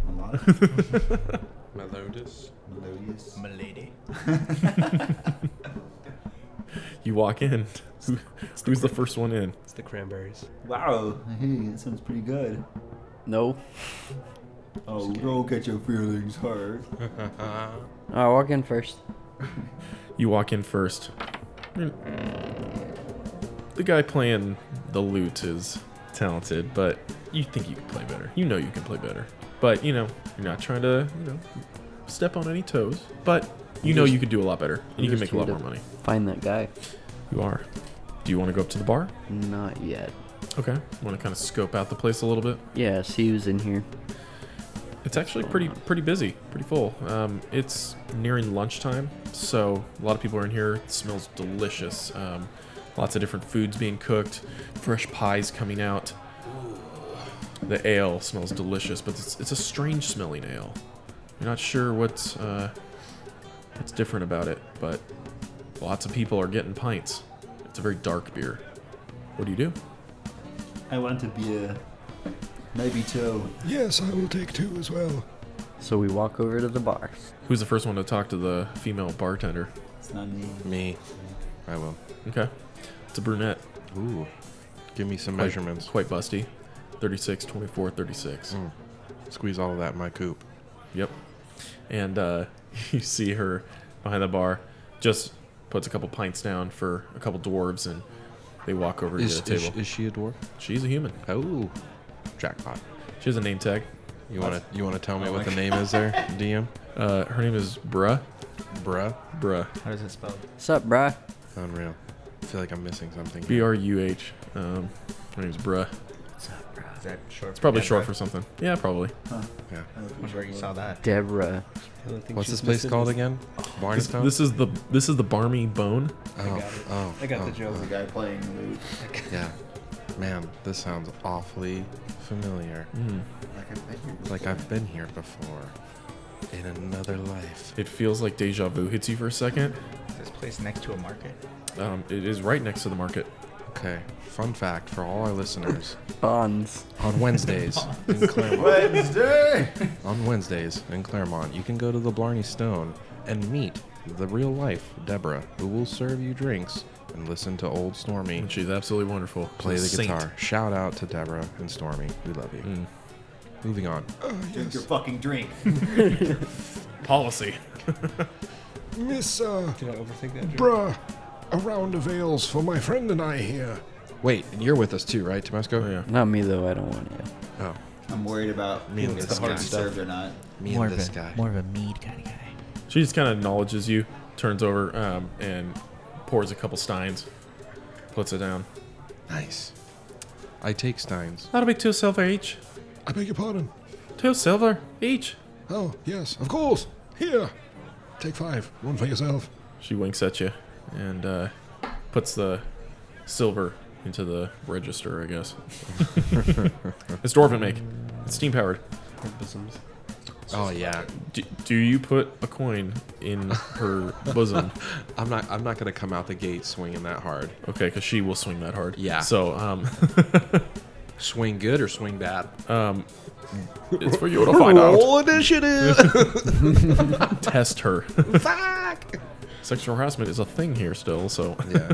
Speaker 1: Melodic?
Speaker 3: Melodious? Melodic?
Speaker 4: Melodus.
Speaker 3: Melodious?
Speaker 7: Milady.
Speaker 1: You walk in. Who, who's the first one in?
Speaker 6: It's the cranberries.
Speaker 3: Wow, hey, that sounds pretty good.
Speaker 5: No.
Speaker 3: Oh, don't get your feelings hurt.
Speaker 5: I walk in first.
Speaker 1: You walk in first. The guy playing the lute is talented, but you think you can play better. You know you can play better. But, you know, you're not trying to, you know, step on any toes. But you know you could do a lot better. And you can make a lot more money.
Speaker 5: Find that guy.
Speaker 1: You are. Do you want to go up to the bar?
Speaker 5: Not yet.
Speaker 1: Okay. Want to kind of scope out the place a little bit?
Speaker 5: Yeah, see who's in here.
Speaker 1: It's actually pretty pretty busy, pretty full. Um, it's nearing lunchtime, so a lot of people are in here. It smells delicious. Um, lots of different foods being cooked, fresh pies coming out. The ale smells delicious, but it's, it's a strange smelling ale. You're not sure what's uh, what's different about it, but lots of people are getting pints. It's a very dark beer. What do you do?
Speaker 3: I want a beer. Maybe two.
Speaker 9: Yes, I will take two as well.
Speaker 5: So we walk over to the bar.
Speaker 1: Who's the first one to talk to the female bartender?
Speaker 3: It's not me.
Speaker 4: Me. I will.
Speaker 1: Okay, it's a brunette.
Speaker 4: Ooh. Give me some
Speaker 1: Quite-
Speaker 4: measurements.
Speaker 1: Quite busty. 36, 24, 36.
Speaker 4: Mm. Squeeze all of that in my coop.
Speaker 1: Yep. And uh, you see her behind the bar, just puts a couple pints down for a couple dwarves, and they walk over
Speaker 4: Is,
Speaker 1: to the
Speaker 4: is,
Speaker 1: table.
Speaker 4: is she a dwarf?
Speaker 1: She's a human.
Speaker 4: Oh. Jackpot.
Speaker 1: She has a name tag.
Speaker 4: You wanna you wanna tell me what the name is there, DM?
Speaker 1: Uh, her name is Bruh.
Speaker 4: Bruh.
Speaker 1: Bruh.
Speaker 7: How does it spell?
Speaker 5: What's up, bruh?
Speaker 4: Unreal. I feel like I'm missing something.
Speaker 1: B R U H. Um, her name's Bruh.
Speaker 7: Is that short?
Speaker 1: It's probably short for something. Yeah, probably.
Speaker 4: Yeah.
Speaker 7: I'm sure you saw that.
Speaker 5: Deborah.
Speaker 6: The only thing
Speaker 4: What's this
Speaker 6: she's
Speaker 4: place
Speaker 6: missing
Speaker 4: called
Speaker 6: is-
Speaker 4: again?
Speaker 1: This,
Speaker 4: Barnstone?
Speaker 1: this is the this is the Barmy Bone.
Speaker 4: oh,
Speaker 6: got it.
Speaker 4: oh,
Speaker 6: I got
Speaker 4: oh,
Speaker 6: the joke.
Speaker 4: oh.
Speaker 3: The guy playing the lute.
Speaker 4: Yeah. Man, this sounds awfully familiar.
Speaker 1: Mm.
Speaker 3: Like I've been here before.
Speaker 4: Like I've been here before. In another life.
Speaker 1: It feels like deja vu hits you for a second.
Speaker 7: Is this place next to a market?
Speaker 1: Um, it is right next to the market.
Speaker 4: Okay. Fun fact for all our listeners.
Speaker 5: Bonds.
Speaker 4: On Wednesdays in Claremont.
Speaker 3: Wednesday!
Speaker 4: On Wednesdays in Claremont, you can go to the Blarney Stone and meet the real life Deborah, who will serve you drinks and listen to old Stormy
Speaker 1: And she's absolutely wonderful.
Speaker 4: play the
Speaker 1: She's a saint. Hmm.
Speaker 4: guitar. Shout out to Deborah and Stormy. We love you. Moving on.
Speaker 3: Drink your fucking drink.
Speaker 1: Policy.
Speaker 9: Miss, uh,
Speaker 6: Did I overthink that? Drew?
Speaker 9: bruh, a round of ales for my friend and I here.
Speaker 4: Wait, you're with us too, right, Tomesco?
Speaker 1: Oh, yeah.
Speaker 5: Not me though. I don't want you.
Speaker 4: Oh,
Speaker 3: I'm worried about
Speaker 4: Me and
Speaker 3: if
Speaker 4: this
Speaker 3: it's being
Speaker 4: guy.
Speaker 3: served or not.
Speaker 4: me
Speaker 7: more
Speaker 4: and
Speaker 7: of
Speaker 4: this
Speaker 7: a,
Speaker 4: guy.
Speaker 7: More of a mead kind of guy.
Speaker 1: She just kind of acknowledges you, turns over, um, and pours a couple steins, puts it down.
Speaker 4: Nice. I take Steins.
Speaker 1: That'll be two silver each.
Speaker 9: I beg your pardon.
Speaker 1: Two silver each.
Speaker 9: Oh, yes, of course. Here. Take five. One for yourself.
Speaker 1: She winks at you and uh, puts the silver into the register, I guess. it's dwarven make. It's steam powered.
Speaker 6: Bosoms.
Speaker 4: Oh yeah.
Speaker 1: Do, do you put a coin in her bosom?
Speaker 4: I'm not. I'm not gonna come out the gate swinging that hard.
Speaker 1: Okay, because she will swing that hard.
Speaker 4: Yeah.
Speaker 1: So um,
Speaker 4: Swing good or swing bad?
Speaker 1: um, it's for you to find out.
Speaker 4: initiative.
Speaker 1: Test her.
Speaker 4: Fuck.
Speaker 1: Sexual harassment is a thing here still, so
Speaker 4: Yeah.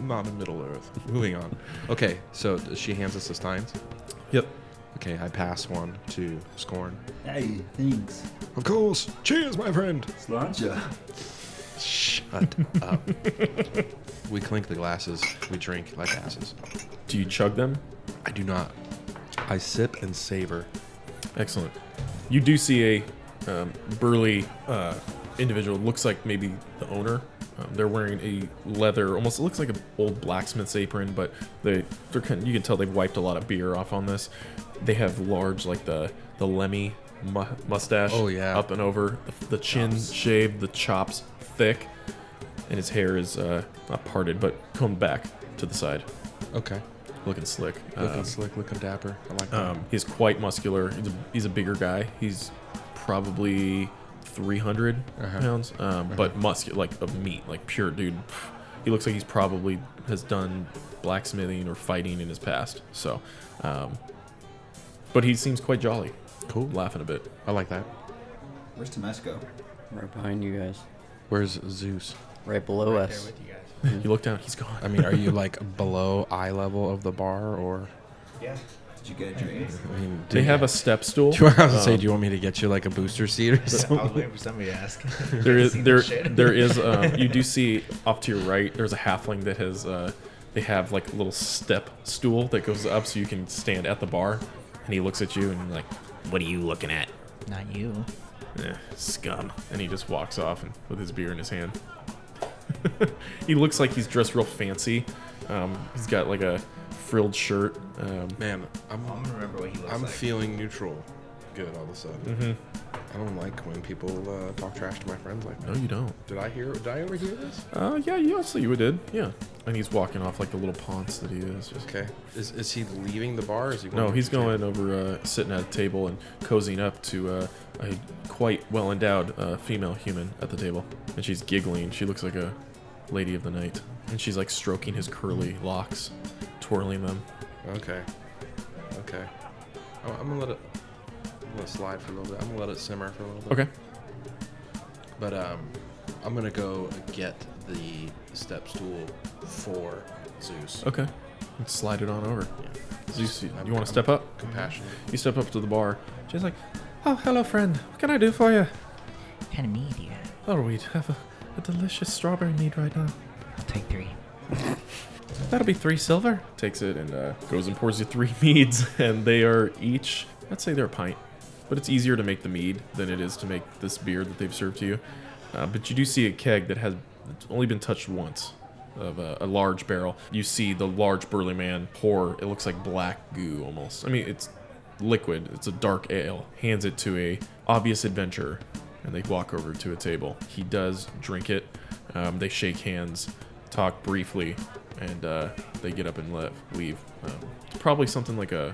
Speaker 4: not in Middle Earth. Moving on. Okay, so she hands us the Steins.
Speaker 1: yep.
Speaker 4: Okay, I pass one to Scorn.
Speaker 3: Hey, thanks.
Speaker 9: Of course. Cheers, my friend.
Speaker 3: Slancha.
Speaker 4: Shut up. we clink the glasses. We drink like asses.
Speaker 1: Do you chug them?
Speaker 4: I do not. I sip and savor.
Speaker 1: Excellent. You do see a um, burly uh, individual. Looks like maybe the owner. Um, they're wearing a leather, almost it looks like an old blacksmith's apron, but they they're kind. You can tell they've wiped a lot of beer off on this. They have large like the the Lemmy mu- mustache.
Speaker 4: Oh, yeah.
Speaker 1: up and over. The, the chin shaved, the chops thick, and his hair is uh, not parted but combed back to the side,
Speaker 4: Okay.
Speaker 1: looking slick.
Speaker 4: Looking
Speaker 1: Um,
Speaker 4: slick, looking dapper. I like that.
Speaker 1: um, he's quite muscular. He's a, he's a bigger guy. He's probably 300
Speaker 4: Uh-huh.
Speaker 1: pounds, um, but muscular, like of meat, like pure dude. He looks like he's probably has done blacksmithing or fighting in his past. So, um, but he seems quite jolly.
Speaker 4: Cool.
Speaker 1: Laughing a bit.
Speaker 4: I like that.
Speaker 3: Where's Tomesco?
Speaker 5: Right behind you guys.
Speaker 4: Where's Zeus?
Speaker 5: Right below us.
Speaker 1: You look down. He's gone.
Speaker 4: I mean, are you like below eye level of the bar, or
Speaker 3: Did you get a drink?
Speaker 4: I mean, do
Speaker 1: they
Speaker 4: you-
Speaker 1: have a step stool.
Speaker 4: Do you, I was gonna say,
Speaker 1: Um,
Speaker 4: do you want me to get you like a booster seat or something?
Speaker 10: I was waiting for somebody to ask.
Speaker 1: there is
Speaker 10: Seen
Speaker 1: there
Speaker 10: that shit.
Speaker 1: there is um, you do see off to your right there's a halfling that has uh, they have like a little step stool that goes up so you can stand at the bar and he looks at you and like what are you looking at
Speaker 7: Not you.
Speaker 1: eh, scum and he just walks off and, with his beer in his hand he looks like he's dressed real fancy um, he's got like a frilled shirt um,
Speaker 4: Man, I'm
Speaker 10: I'm gonna remember what he looks
Speaker 4: I'm
Speaker 10: like.
Speaker 4: feeling neutral. Good all of a sudden. I don't like when people uh, talk trash to my friends like
Speaker 1: no
Speaker 4: that.
Speaker 1: you don't
Speaker 4: Did I hear? Did I overhear this?
Speaker 1: uh, yeah you also you did yeah and he's walking off like the little ponce that he is just
Speaker 4: Okay. Is, is he leaving the bar? Or is he?
Speaker 1: No,
Speaker 4: to
Speaker 1: he's
Speaker 4: the table?
Speaker 1: going over, uh, sitting at a table and cozying up to uh, a quite well endowed uh, female human at the table. And she's giggling. She looks like a lady of the night. And she's like stroking his curly locks, twirling them.
Speaker 4: Okay. Okay. I'm, I'm gonna let it. I'm gonna slide for a little bit. I'm gonna let it simmer for a little bit.
Speaker 1: Okay.
Speaker 4: But um, I'm gonna go get the step stool for Zeus.
Speaker 1: Okay. Let's slide it on over. Zeus, you, want to step up?
Speaker 4: Compassion.
Speaker 1: You step up to the bar. She's like, Oh, hello, friend. What can I do for you?
Speaker 7: What kind of mead you got?
Speaker 1: Oh, we'd have a, a delicious strawberry mead right now.
Speaker 7: I'll take three.
Speaker 1: That'll be three silver. Takes it and uh, goes and pours you three meads, and they are each, I'd say they're a pint, but it's easier to make the mead than it is to make this beer that they've served to you. Uh, but you do see a keg that has it's only been touched once of a, a large barrel. You see the large burly man pour, it looks like black goo almost. I mean, it's liquid, it's a dark ale. Hands it to a obvious adventurer, and they walk over to a table. He does drink it. Um, they shake hands, talk briefly, and uh, they get up and le- leave. Um, it's probably something like a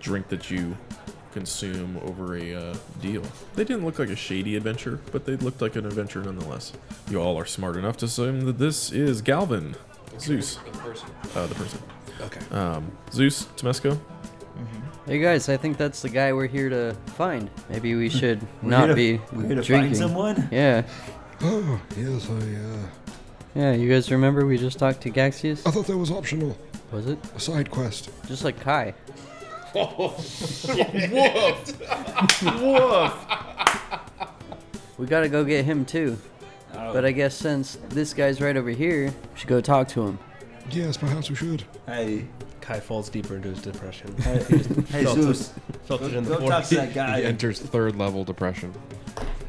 Speaker 1: drink that you consume over a uh, deal. They didn't look like a shady adventure, but they looked like an adventure nonetheless. You all are smart enough to assume that this is Galvin, Zeus, uh, the person.
Speaker 4: Okay.
Speaker 1: Um, Zeus, Tomesco.
Speaker 5: Hey guys, I think that's the guy we're here to find. Maybe we should not
Speaker 3: here to-
Speaker 5: be
Speaker 3: We're here to
Speaker 5: drinking.
Speaker 3: find someone?
Speaker 5: Yeah.
Speaker 9: Oh, yes, I, uh,
Speaker 5: Yeah, you guys remember we just talked to Gaxius?
Speaker 9: I thought that was optional.
Speaker 5: Was it?
Speaker 9: A side quest.
Speaker 5: Just like Kai.
Speaker 4: Oh,
Speaker 1: Woof! Woof!
Speaker 5: We gotta go get him too.
Speaker 3: Oh.
Speaker 5: But I guess since this guy's right over here, we should go talk to him.
Speaker 9: Yes, perhaps we should.
Speaker 3: Hey,
Speaker 6: Kai falls deeper into his depression.
Speaker 3: hey,
Speaker 6: Felt it-
Speaker 3: Zeus.
Speaker 6: felt
Speaker 3: Go,
Speaker 6: it in the
Speaker 3: go talk to that
Speaker 4: He
Speaker 3: guy.
Speaker 4: enters third level depression.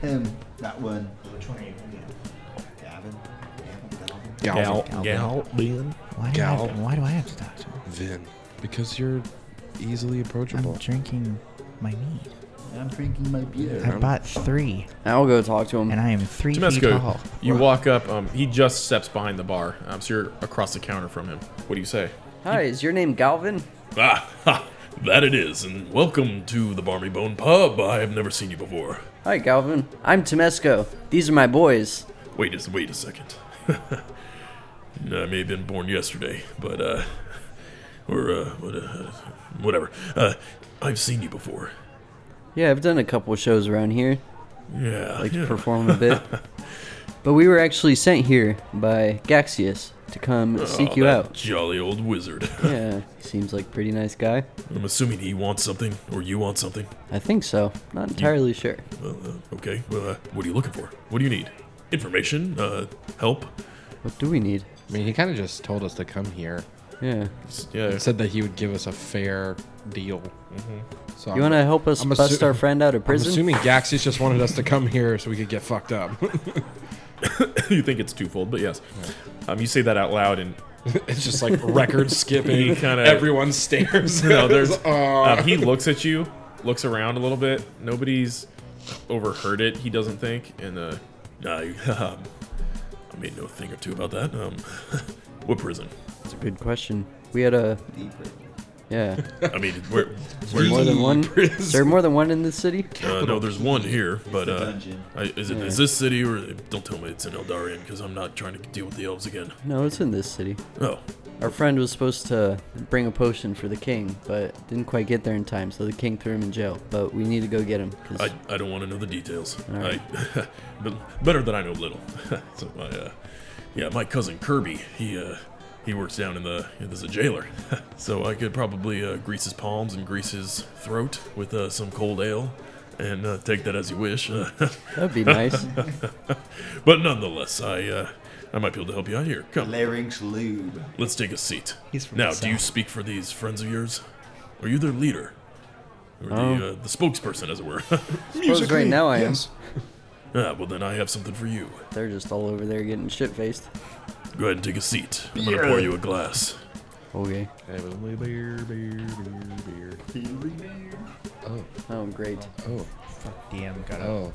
Speaker 3: Him. That one.
Speaker 10: Which one are you looking at?
Speaker 3: Gavin. Gavin.
Speaker 4: Gal.
Speaker 1: Gal, gal, Ben.
Speaker 7: Why do, I have,
Speaker 4: Gal.
Speaker 7: why do I have to talk to him?
Speaker 4: Vin. Because you're easily
Speaker 7: I'm
Speaker 4: approachable.
Speaker 7: drinking my mead.
Speaker 3: I'm drinking my
Speaker 7: I
Speaker 3: beer.
Speaker 7: bought three,
Speaker 5: I'll go talk to him.
Speaker 7: and I am three
Speaker 4: Oh,
Speaker 7: feet
Speaker 1: Tomesco,
Speaker 7: tall.
Speaker 1: you walk up. Um, he just steps behind the bar, um, so you're across the counter from him. What do you say?
Speaker 5: Hi, is your name Galvin?
Speaker 8: Ah, ha, that it is, and welcome to the Barmy Bone Pub. I have never seen you before.
Speaker 5: Hi, Galvin. I'm Tomesco. These are my boys.
Speaker 8: Wait a, wait a second. I may have been born yesterday, but, uh, or, uh, what, uh whatever. Uh, I've seen you before.
Speaker 5: Yeah, I've done a couple shows around here,
Speaker 8: Yeah.
Speaker 5: like
Speaker 8: yeah.
Speaker 5: perform a bit. But we were actually sent here by Gaxius to come
Speaker 8: Oh,
Speaker 5: seek you
Speaker 8: that
Speaker 5: out.
Speaker 8: Jolly old wizard.
Speaker 5: Yeah, seems like pretty nice guy.
Speaker 8: I'm assuming he wants something, or you want something.
Speaker 5: I think so. Not entirely sure.
Speaker 8: Well, uh, okay. Well, uh, what are you looking for? What do you need? Information? Uh, help?
Speaker 5: What do we need?
Speaker 4: I mean, he kind of just told us to come here.
Speaker 5: Yeah.
Speaker 1: Yeah.
Speaker 4: Said that he would give us a fair deal.
Speaker 1: Mm-hmm.
Speaker 4: So
Speaker 5: You want to help us
Speaker 4: I'm
Speaker 5: bust
Speaker 4: assu-
Speaker 5: our friend out of
Speaker 4: I'm
Speaker 5: prison?
Speaker 4: assuming Gaxis just wanted us to come here so we could get fucked up.
Speaker 1: you think it's twofold, but yes. Um, you say that out loud, and
Speaker 4: it's just like record skipping.
Speaker 1: He kinda-
Speaker 4: everyone stares.
Speaker 1: no, there's.
Speaker 4: Uh,
Speaker 1: Um, he looks at you, looks around a little bit. Nobody's overheard it. He doesn't think, and uh,
Speaker 8: Nah, you, um, I made no thing or two about that.
Speaker 1: Uh,
Speaker 8: Um, what prison?
Speaker 5: That's a good question. We had a yeah.
Speaker 8: I mean, where?
Speaker 5: There's more
Speaker 8: where
Speaker 5: than one. Is there more than one in this city?
Speaker 8: uh, no, there's one here, but
Speaker 3: The
Speaker 8: uh,
Speaker 3: dungeon.
Speaker 8: I, is it is this city or don't tell me it's in Eldarian because I'm not trying to deal with the elves again.
Speaker 5: No, it's in this city.
Speaker 8: Oh,
Speaker 5: Our friend was supposed to bring a potion for the king, but didn't quite get there in time, so the king threw him in jail. But we need to go get him. 'cause-
Speaker 8: I, I don't want to know the details.
Speaker 5: right.
Speaker 8: I, but better that I know little. so my, uh, yeah, my cousin Kirby, he uh, he works down in the as a jailer, so I could probably uh, grease his palms and grease his throat with uh, some cold ale, and uh, take that as you wish.
Speaker 5: that'd be nice.
Speaker 8: but nonetheless, I uh, I might be able to help you out here. Come,
Speaker 3: Larynx lube.
Speaker 8: let's take a seat.
Speaker 6: He's from
Speaker 8: now,
Speaker 6: the
Speaker 8: do you
Speaker 6: South.
Speaker 8: speak for these friends of yours? Are you their leader? Or the, uh, the spokesperson, as it were. ah,
Speaker 5: Suppose right now I am.
Speaker 9: yes.
Speaker 8: well, then I have something for you.
Speaker 5: They're just all over there getting shit faced.
Speaker 8: Go ahead and take a seat. I'm gonna pour you a glass.
Speaker 5: Okay.
Speaker 4: beer, beer, beer, beer. Oh,
Speaker 5: Oh, great.
Speaker 4: oh,
Speaker 7: Fuck, DM got up.
Speaker 4: oh.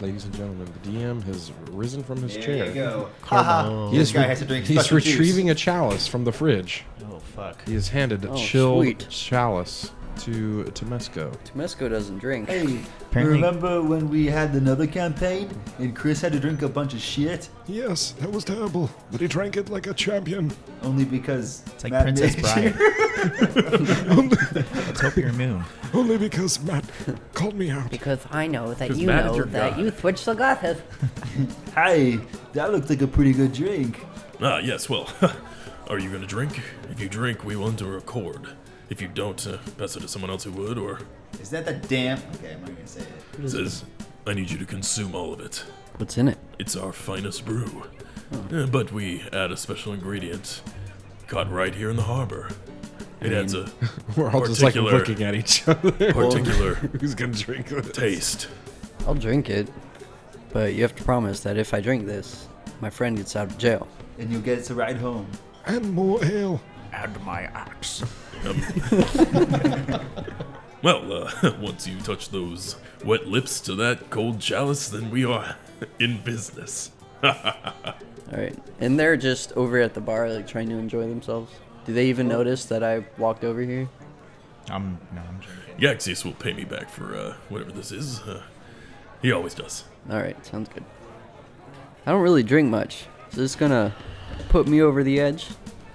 Speaker 4: Ladies and gentlemen, the DM has risen from his
Speaker 10: There
Speaker 4: chair.
Speaker 10: you go.
Speaker 4: He
Speaker 10: This
Speaker 4: is
Speaker 10: guy
Speaker 4: re-
Speaker 10: has to drink
Speaker 4: He's
Speaker 10: special
Speaker 4: retrieving a chalice from the fridge.
Speaker 10: Oh fuck.
Speaker 4: He is handed a
Speaker 5: Oh,
Speaker 4: chilled
Speaker 5: sweet.
Speaker 4: chalice to Tomesco.
Speaker 5: Tomesco doesn't drink.
Speaker 3: Hey,
Speaker 7: Apparently-
Speaker 3: remember when we had another campaign and Chris had to drink a bunch of shit
Speaker 9: Yes, that was terrible. But he drank it like a champion.
Speaker 3: only because
Speaker 7: It's like
Speaker 3: Matt
Speaker 7: Princess
Speaker 3: made-
Speaker 7: Bride. Let's hope you're moon.
Speaker 9: Only because Matt called me out.
Speaker 11: Because I know that
Speaker 1: 'Cause
Speaker 11: you
Speaker 1: Matt is
Speaker 11: know
Speaker 1: your
Speaker 11: that
Speaker 1: god.
Speaker 11: you switched to Gothis.
Speaker 3: Hey, that looked like a pretty good drink.
Speaker 8: Ah, yes, well, are you gonna drink? If you drink, we will enter a cord. If you don't, uh, pass it to someone else who would, or
Speaker 10: Is that the damn? Okay, I'm not gonna say it.
Speaker 8: it says, I need you to consume all of it.
Speaker 5: What's in it?
Speaker 8: It's our finest brew. Uh, but we add a special ingredient caught right here in the harbor. It adds a
Speaker 4: We're all just like
Speaker 8: Particular.
Speaker 4: looking at each other.
Speaker 8: particular
Speaker 4: Who's gonna drink this?
Speaker 8: taste.
Speaker 5: I'll drink it, but you have to promise that if I drink this, my friend gets out of jail.
Speaker 3: And you get to ride home.
Speaker 9: And more ale.
Speaker 7: And my axe.
Speaker 8: Well, uh, once you touch those wet lips to that cold chalice, then we are in business.
Speaker 5: All right. And they're just over at the bar, like trying to enjoy themselves. Do they even notice that I walked over here?
Speaker 7: I'm no, I'm drinking.
Speaker 8: Yaxius will pay me back for uh, whatever this is. Uh, he always does.
Speaker 5: All right, sounds good. I don't really drink much. Is this gonna put me over the edge?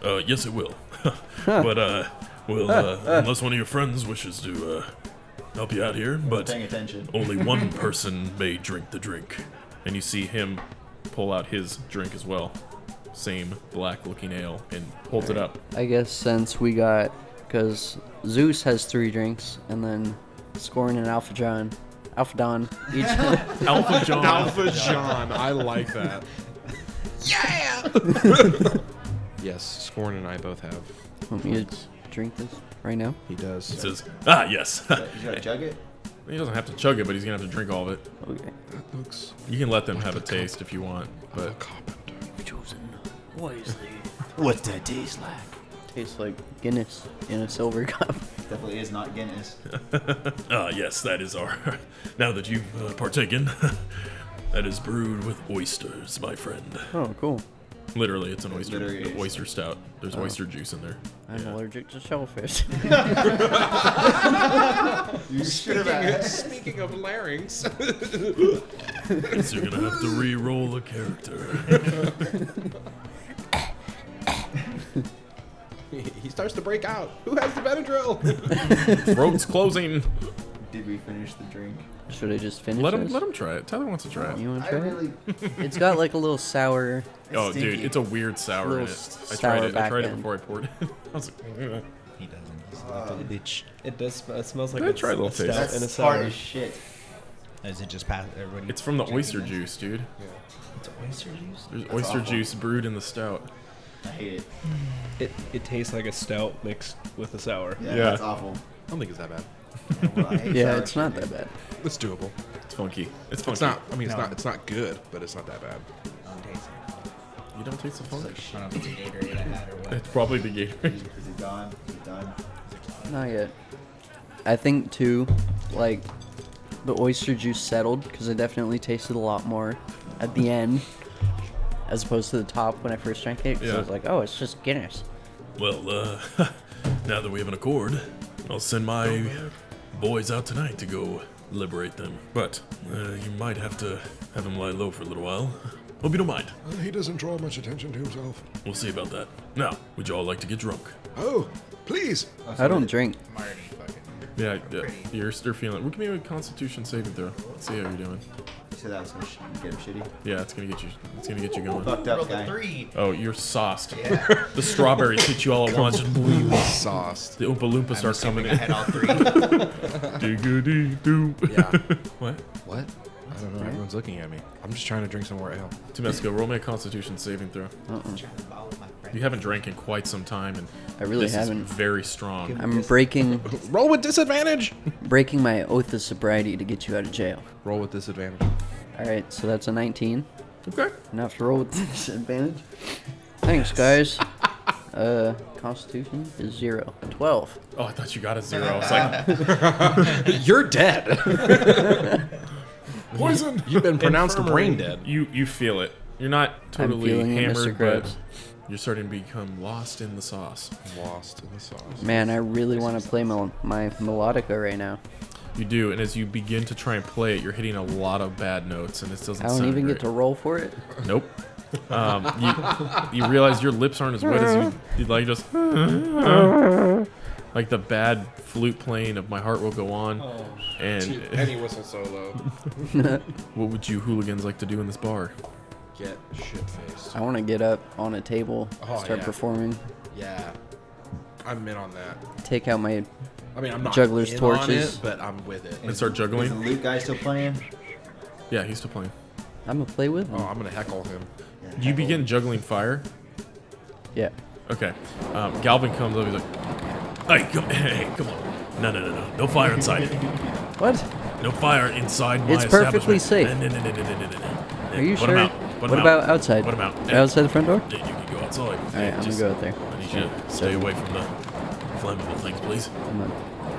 Speaker 8: Uh, yes, it will. but uh, well, uh, unless one of your friends wishes to uh, help you out here, but
Speaker 10: Paying attention.
Speaker 8: only one person may drink the drink.
Speaker 1: and you see him pull out his drink as well. same black looking ale and holds it up.
Speaker 5: I guess since we got, because Zeus has three drinks, and then Scorn and Alpha John, Alpha Don each.
Speaker 1: Alpha John.
Speaker 4: Alpha John. I like that. Yeah. yes, Scorn and I both have.
Speaker 5: Want me to drink this right now?
Speaker 4: He does.
Speaker 1: He says, Ah, yes.
Speaker 10: You gotta
Speaker 1: he
Speaker 10: chug it?
Speaker 1: doesn't have to chug it, but he's going to have to drink all of it.
Speaker 5: Okay.
Speaker 9: That looks
Speaker 1: You can let them have a taste if you want,
Speaker 9: like a
Speaker 1: but
Speaker 9: carpenter.
Speaker 10: What's that taste like?
Speaker 5: Tastes like Guinness in a silver cup.
Speaker 10: Definitely is not Guinness.
Speaker 8: Ah, yes, that is our. Now that you've uh, partaken, that is brewed with oysters, my friend.
Speaker 5: Oh, cool. Oh.
Speaker 1: literally it's an oyster
Speaker 10: Literally is.
Speaker 1: oyster stout. There's oyster juice in there.
Speaker 5: I'm allergic to shellfish.
Speaker 10: You should have asked.
Speaker 4: Speaking of larynx,
Speaker 8: So you're gonna have to re-roll a character.
Speaker 4: he starts to break out. Who has the Benadryl?
Speaker 1: Throat's closing.
Speaker 10: Did we finish the drink?
Speaker 5: Should I just finish
Speaker 1: Let him
Speaker 5: this?
Speaker 1: let him try it. Tyler wants to try it.
Speaker 5: You want to
Speaker 10: I
Speaker 5: try
Speaker 10: really.
Speaker 5: it? It's got like a little sour.
Speaker 1: Oh,
Speaker 10: stinky.
Speaker 1: dude, it's a weird sour in
Speaker 5: Little
Speaker 1: it.
Speaker 5: s-
Speaker 1: I tried
Speaker 5: sour
Speaker 1: it. I
Speaker 5: back
Speaker 1: tried it
Speaker 5: end.
Speaker 1: before I poured it. I was like,
Speaker 7: He doesn't. He's a little bitch.
Speaker 6: Uh, It does. It smells like
Speaker 1: Yeah,
Speaker 6: a,
Speaker 1: try a little
Speaker 6: a stout
Speaker 1: taste.
Speaker 6: and a
Speaker 10: That's hard
Speaker 6: sour.
Speaker 10: as shit.
Speaker 7: Is it just past everybody?
Speaker 1: it's from the oyster juice, dude.
Speaker 7: It's oyster juice.
Speaker 1: There's oyster juice brewed in the stout.
Speaker 10: I hate it.
Speaker 6: It, it tastes like a stout mixed with a sour.
Speaker 10: Yeah,
Speaker 1: Yeah.
Speaker 10: that's awful.
Speaker 4: I don't think it's that bad.
Speaker 10: Well, I hate
Speaker 5: Yeah,
Speaker 10: sour
Speaker 5: it's not
Speaker 10: shit,
Speaker 5: that
Speaker 10: dude.
Speaker 5: bad.
Speaker 4: It's doable.
Speaker 1: It's funky. It's funky.
Speaker 4: It's not. I mean, it's
Speaker 7: No.
Speaker 4: not. It's not good, but it's not that bad.
Speaker 1: You don't taste the
Speaker 10: It's
Speaker 1: funk.
Speaker 10: like
Speaker 7: I
Speaker 10: shit.
Speaker 7: don't know if it's a Gatorade I had or what.
Speaker 1: It's probably the Gatorade.
Speaker 10: Is it is it gone? Is it done?
Speaker 5: Not yet. I think too, like the oyster juice settled because I definitely tasted a lot more at the end, as opposed to the top when I first drank it. 'cause
Speaker 1: Yeah.
Speaker 5: I was like, oh, it's just Guinness.
Speaker 8: Well, uh, now that we have an accord, I'll send my boys out tonight to go liberate them. But uh, you might have to have them lie low for a little while. Hope you don't mind.
Speaker 9: Uh, he doesn't draw much attention to himself.
Speaker 8: We'll see about that. Now, would you all like to get drunk?
Speaker 9: Oh, please!
Speaker 5: I don't drink.
Speaker 7: I'm already fucking.
Speaker 1: Yeah, yeah. You're still feeling. We can make a Constitution saving throw. Let's see how you're doing.
Speaker 10: You said that was gonna sh- get him shitty.
Speaker 1: Yeah, it's gonna get you. It's gonna get you going.
Speaker 10: Fucked up guy.
Speaker 7: three.
Speaker 1: Oh, you're sauced. the strawberries hit you all at once.
Speaker 4: Sauced.
Speaker 1: The Oompa Loompas are coming in.
Speaker 7: all three.
Speaker 1: Diggity doo.
Speaker 4: Yeah.
Speaker 1: What?
Speaker 4: what? I don't know. Everyone's looking at me. I'm just trying to drink some more ale.
Speaker 1: Temesco, roll me a Constitution saving throw. You haven't drank in quite some time, and
Speaker 5: I really
Speaker 1: this
Speaker 5: haven't.
Speaker 1: Is very strong.
Speaker 5: I'm breaking
Speaker 4: Roll with disadvantage.
Speaker 5: breaking my oath of sobriety to get you out of jail.
Speaker 4: Roll with disadvantage.
Speaker 5: All right, so that's a 19.
Speaker 1: Okay.
Speaker 5: Enough to roll with disadvantage. Thanks, guys. Uh, Constitution is zero. 12.
Speaker 1: Oh, I thought you got a zero. I was like,
Speaker 4: You're dead.
Speaker 1: poison.
Speaker 4: You've been pronounced brain dead.
Speaker 1: You you feel it. You're not totally
Speaker 5: feeling it, Mr.
Speaker 1: hammered, but
Speaker 5: Krabs.
Speaker 1: you're starting to become lost in the sauce.
Speaker 4: Lost in the sauce.
Speaker 5: Man, I really want to play mel- my melodica right now.
Speaker 1: You do, and as you begin to try and play it, you're hitting a lot of bad notes, and this doesn't.
Speaker 5: I don't
Speaker 1: sound
Speaker 5: even
Speaker 1: great.
Speaker 5: get to roll for it.
Speaker 1: Nope. Um, you, you realize your lips aren't as wet as you you'd like just like the bad flute playing of my heart will go on.
Speaker 4: Oh,
Speaker 1: and
Speaker 4: whistle solo.
Speaker 1: what would you hooligans like to do in this bar?
Speaker 4: Get shit faced.
Speaker 5: I want to get up on a table,
Speaker 4: Oh,
Speaker 5: start
Speaker 4: yeah.
Speaker 5: performing,
Speaker 4: Yeah. I'm in on that.
Speaker 5: take out my.
Speaker 4: I mean, I'm not
Speaker 5: Juggler's
Speaker 4: in on
Speaker 5: torches.
Speaker 4: it, but I'm with it.
Speaker 1: And start
Speaker 10: Is the
Speaker 1: juggling?
Speaker 10: loot guy still playing?
Speaker 1: Yeah, he's still playing.
Speaker 5: I'm gonna play with
Speaker 4: Oh,
Speaker 5: them.
Speaker 4: I'm gonna heckle him.
Speaker 1: You begin juggling fire.
Speaker 5: Yeah.
Speaker 1: Okay. Um, Galvin comes up. He's like,
Speaker 8: Hey, come, hey, come on. No, no, no, no. No fire inside.
Speaker 5: What?
Speaker 8: No fire inside my
Speaker 5: It's perfectly
Speaker 8: establishment.
Speaker 5: safe.
Speaker 8: No, no, no, no, no, no, no, no.
Speaker 5: Are you
Speaker 8: Put 'em
Speaker 5: sure?
Speaker 8: out. Put
Speaker 5: what
Speaker 8: 'em
Speaker 5: about
Speaker 8: out.
Speaker 5: outside?
Speaker 8: Put 'em out. Yeah.
Speaker 5: Outside the front door?
Speaker 8: Yeah, you can go outside. All
Speaker 5: right, I'm gonna go out there.
Speaker 8: I need you to
Speaker 5: Yeah.
Speaker 8: stay away from the flammable things, please.
Speaker 5: I'm not.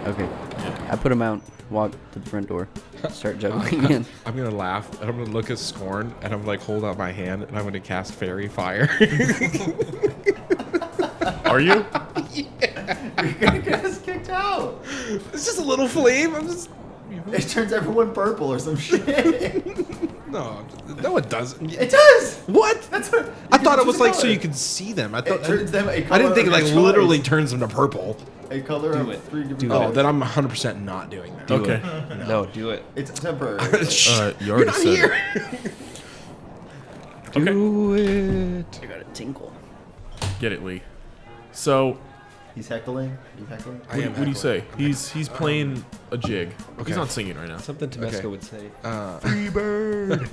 Speaker 5: Okay.
Speaker 8: Yeah.
Speaker 5: I put him out, walk to the front door, start juggling again.
Speaker 4: I'm gonna laugh and I'm gonna look at Scorn and I'm like hold out my hand and I'm gonna cast Fairy Fire.
Speaker 1: "Are you?"
Speaker 10: Get us kicked out.
Speaker 4: it's just a little flame. I'm just
Speaker 10: It turns everyone purple or some shit.
Speaker 4: no, no, it doesn't.
Speaker 10: it does.
Speaker 4: What?
Speaker 10: That's what.
Speaker 4: I thought it was like so
Speaker 10: color.
Speaker 4: you could see them. I thought
Speaker 10: It turns them a color.
Speaker 4: I didn't think it
Speaker 10: of
Speaker 4: like
Speaker 10: your
Speaker 4: literally
Speaker 10: choice.
Speaker 4: turns them to purple.
Speaker 10: a color of three different.
Speaker 4: Oh,
Speaker 10: colors.
Speaker 4: then I'm 100% not doing that.
Speaker 1: Okay.
Speaker 6: No, do it.
Speaker 10: It's temporary.
Speaker 4: Shh,
Speaker 1: Uh, you
Speaker 4: You're
Speaker 1: already
Speaker 4: not
Speaker 1: said.
Speaker 4: here.
Speaker 1: it.
Speaker 6: Do it.
Speaker 5: I got a tinkle.
Speaker 1: Get it, Lee. So,
Speaker 10: He's heckling. You heckling?
Speaker 1: what, do,
Speaker 4: am
Speaker 1: what do you say?
Speaker 4: heckling. I'm
Speaker 1: He's he's playing a jig.
Speaker 4: Okay.
Speaker 1: He's not singing right now.
Speaker 6: Something Tabesco
Speaker 4: Okay.
Speaker 6: would say.
Speaker 4: Uh,
Speaker 6: Free bird.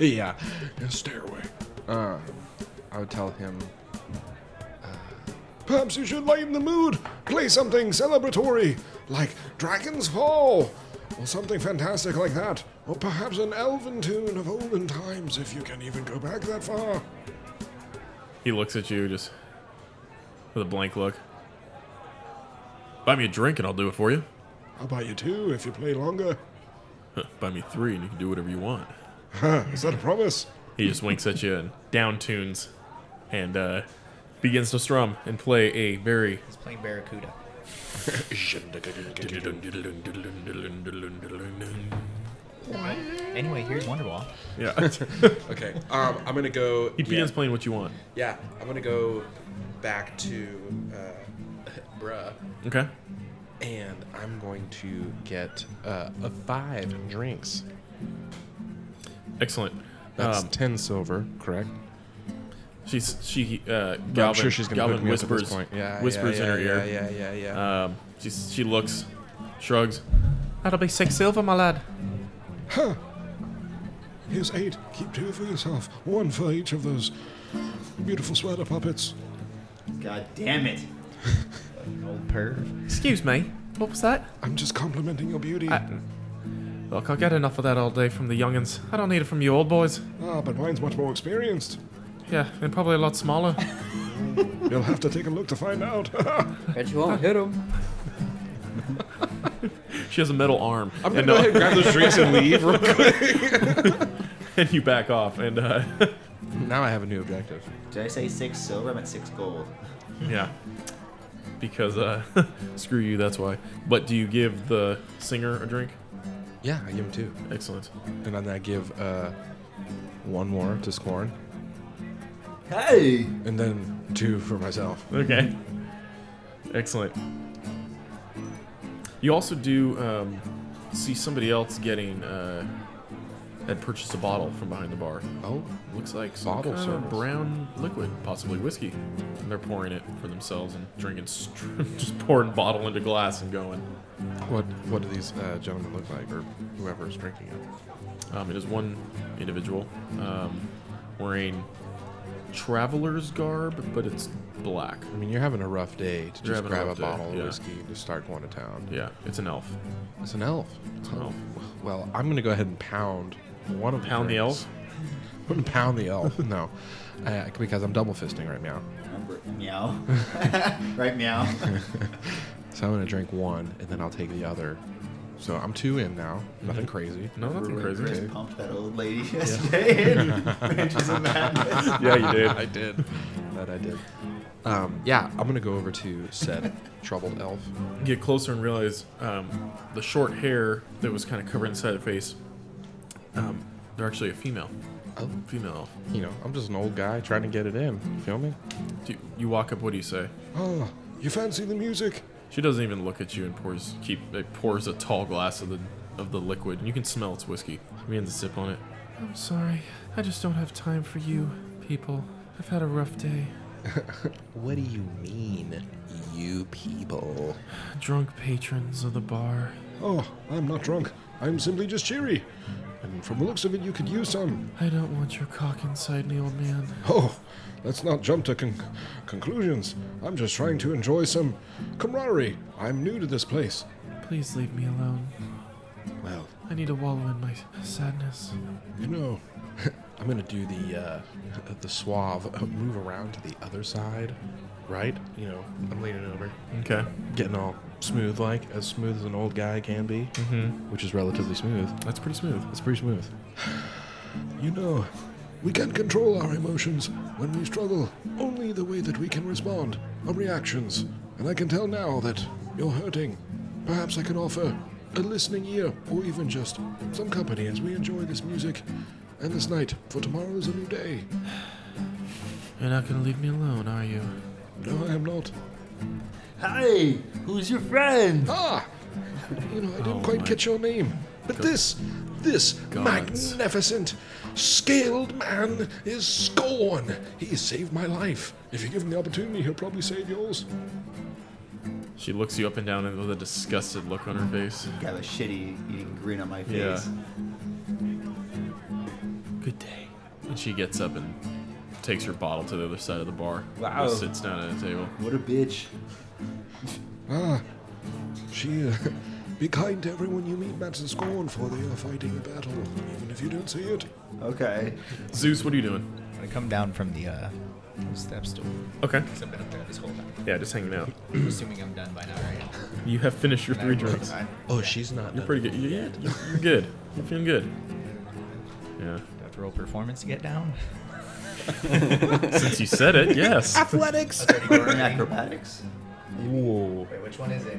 Speaker 4: yeah. Stairway. Uh, I would tell him.
Speaker 5: uh,
Speaker 9: Perhaps you should lighten the mood. Play something celebratory, like Dragon's Fall, or something fantastic like that. Or perhaps an elven tune of olden times, if you can even go back that far.
Speaker 1: He looks at you just with a blank look. Buy me a drink and I'll do it for you.
Speaker 9: I'll buy you two if you play longer.
Speaker 1: Buy me three and you can do whatever you want.
Speaker 9: Huh, is that a promise?
Speaker 1: He just winks at you and down tunes and uh, begins to strum and play a very
Speaker 7: He's playing Barracuda. Anyway, here's Wonderwall.
Speaker 1: yeah.
Speaker 4: Okay. Um, I'm gonna go.
Speaker 1: he begins playing what you want.
Speaker 4: Yeah, I'm gonna go back to uh, bruh,
Speaker 1: Okay.
Speaker 4: and I'm going to get uh, a five drinks.
Speaker 1: Excellent.
Speaker 4: That's
Speaker 1: Um,
Speaker 4: ten silver, correct?
Speaker 1: She's she uh, Galvin,
Speaker 4: But I'm sure she's gonna
Speaker 1: Galvin
Speaker 4: hook me
Speaker 1: whispers
Speaker 4: up at this point. Yeah,
Speaker 1: whispers
Speaker 4: yeah,
Speaker 1: in her
Speaker 4: yeah,
Speaker 1: ear.
Speaker 4: Yeah, yeah, yeah, yeah.
Speaker 1: Um, she she looks, shrugs. That'll be six silver, my lad.
Speaker 9: Here's eight. Keep two for yourself, one for each of those beautiful sweater puppets.
Speaker 10: God damn it.
Speaker 7: Perv.
Speaker 1: Excuse me. What was that?
Speaker 9: I'm just complimenting your beauty.
Speaker 1: I- Look, I get enough of that all day from the youngins. I don't need it from you old boys.
Speaker 9: ah, but mine's much more experienced.
Speaker 1: Yeah, and probably a lot smaller.
Speaker 9: You'll have to take a look to find out.
Speaker 5: Bet you won't hit him.
Speaker 1: She has a metal arm.
Speaker 4: I'm gonna
Speaker 1: and,
Speaker 4: go
Speaker 1: uh,
Speaker 4: ahead and grab those drinks and leave real quick.
Speaker 1: and you back off, and uh,
Speaker 4: Now I have a new objective.
Speaker 10: Did I say six silver? I meant six gold.
Speaker 1: yeah, because uh, screw you, that's why. But do you give the singer a drink?
Speaker 4: Yeah, I give him two,
Speaker 1: Excellent.
Speaker 4: and then I give uh, one more to Scorn,
Speaker 10: Hey!
Speaker 4: and then two for myself.
Speaker 1: Okay. Excellent. You also do um, see somebody else getting uh, had purchased a bottle from behind the bar.
Speaker 4: Oh,
Speaker 1: Looks like some
Speaker 4: Bottle
Speaker 1: kind of
Speaker 4: service.
Speaker 1: brown liquid, possibly whiskey. And they're pouring it for themselves and drinking, str- just pouring bottle into glass and going.
Speaker 4: what what do these uh, gentlemen look like, or whoever is drinking it?
Speaker 1: Um, it is one individual um, wearing traveler's garb, but it's black.
Speaker 4: I mean, you're having a rough day to
Speaker 1: You're
Speaker 4: just
Speaker 1: having a
Speaker 4: grab a
Speaker 1: rough day,
Speaker 4: bottle of
Speaker 1: yeah.
Speaker 4: whiskey and just start going to town.
Speaker 1: Yeah, it's an elf.
Speaker 4: It's an elf.
Speaker 1: an elf.
Speaker 4: Well, I'm gonna go ahead and pound one of
Speaker 1: Pound the
Speaker 4: drinks.
Speaker 1: elf.
Speaker 4: I'm gonna pound the elf. no, I, because I'm double fisting right now.
Speaker 10: Remember, meow. right, meow.
Speaker 4: So I'm gonna drink one, and then I'll take the other. So I'm two in now. Nothing crazy.
Speaker 1: Mm-hmm. No, nothing
Speaker 4: Ruined
Speaker 1: crazy.
Speaker 10: Chris
Speaker 4: Okay.
Speaker 10: pumped that old lady yesterday in Ranges of Madness.
Speaker 1: Yeah, you did.
Speaker 4: I did. That I did. Um, yeah, I'm gonna go over to said troubled elf.
Speaker 1: get closer and realize um, the short hair that was kind of covered inside the face. Um, they're actually a female,
Speaker 4: Oh,
Speaker 1: female elf.
Speaker 4: you know, I'm just an old guy trying to get it in. You feel me?
Speaker 1: Do you, you walk up. What do you say?
Speaker 9: ah, you fancy the music?
Speaker 1: She doesn't even look at you and pours keep like, pours a tall glass of the of the liquid, and you can smell it's whiskey. Begins to sip on it. I'm sorry, I just don't have time for you people. I've had a rough day.
Speaker 4: What do you mean, you people?
Speaker 1: Drunk patrons of the bar.
Speaker 9: Oh, I'm not drunk. I'm simply just cheery. And from the looks of it, you could use some.
Speaker 1: I don't want your cock inside me, old man.
Speaker 9: Oh, let's not jump to con- conclusions. I'm just trying to enjoy some camaraderie. I'm new to this place.
Speaker 1: Please leave me alone.
Speaker 9: Well,
Speaker 1: I need to wallow in my sadness.
Speaker 9: you know,
Speaker 4: I'm gonna do the uh, the suave uh, move around to the other side, right? You know, I'm leaning over,
Speaker 1: Okay.
Speaker 4: getting all smooth like, as smooth as an old guy can be,
Speaker 1: Mm-hmm.
Speaker 4: which is relatively smooth.
Speaker 1: That's pretty smooth.
Speaker 4: It's pretty smooth.
Speaker 9: you know, we can't control our emotions when we struggle. Only the way that we can respond are reactions. And I can tell now that you're hurting. Perhaps I can offer a listening ear or even just some company as we enjoy this music and this night, for tomorrow is a new day.
Speaker 1: You're not gonna leave me alone, are you?
Speaker 9: No, I am not.
Speaker 3: Hey, who's your friend?
Speaker 9: Ah! You know, I didn't
Speaker 1: Oh
Speaker 9: quite
Speaker 1: my-
Speaker 9: catch your name. But this, This
Speaker 8: Gods.
Speaker 9: magnificent, scaled man is scorn. He saved my life. If you give him the opportunity, he'll probably save yours.
Speaker 1: She looks you up and down and with a disgusted look on her face.
Speaker 3: I have a shitty eating grin on my face.
Speaker 1: Yeah. Good day. And she gets up and takes her bottle to the other side of the bar.
Speaker 3: Wow.
Speaker 1: And sits down at a table.
Speaker 3: What a bitch.
Speaker 9: Ah, she. Uh, be kind to everyone you meet, Matt's and scorn, for they are fighting a battle, even if you don't see it.
Speaker 3: Okay.
Speaker 1: Zeus, what are you doing?
Speaker 7: I come down from the uh, steps to.
Speaker 1: Okay.
Speaker 7: Cause I've been up there this whole time.
Speaker 1: Yeah, just hanging out.
Speaker 7: I'm assuming I'm done by now, right?
Speaker 1: You have finished your
Speaker 7: And
Speaker 1: three
Speaker 7: I'm-
Speaker 1: drinks.
Speaker 7: I'm-
Speaker 4: Oh, she's not.
Speaker 1: You're pretty good. Yeah, you're you're good. You're feeling good. Yeah.
Speaker 7: Do I have to roll performance to get down?
Speaker 1: Since you said it, yes.
Speaker 7: Athletics.
Speaker 3: And acrobatics.
Speaker 4: Whoa.
Speaker 7: Wait, which one is it?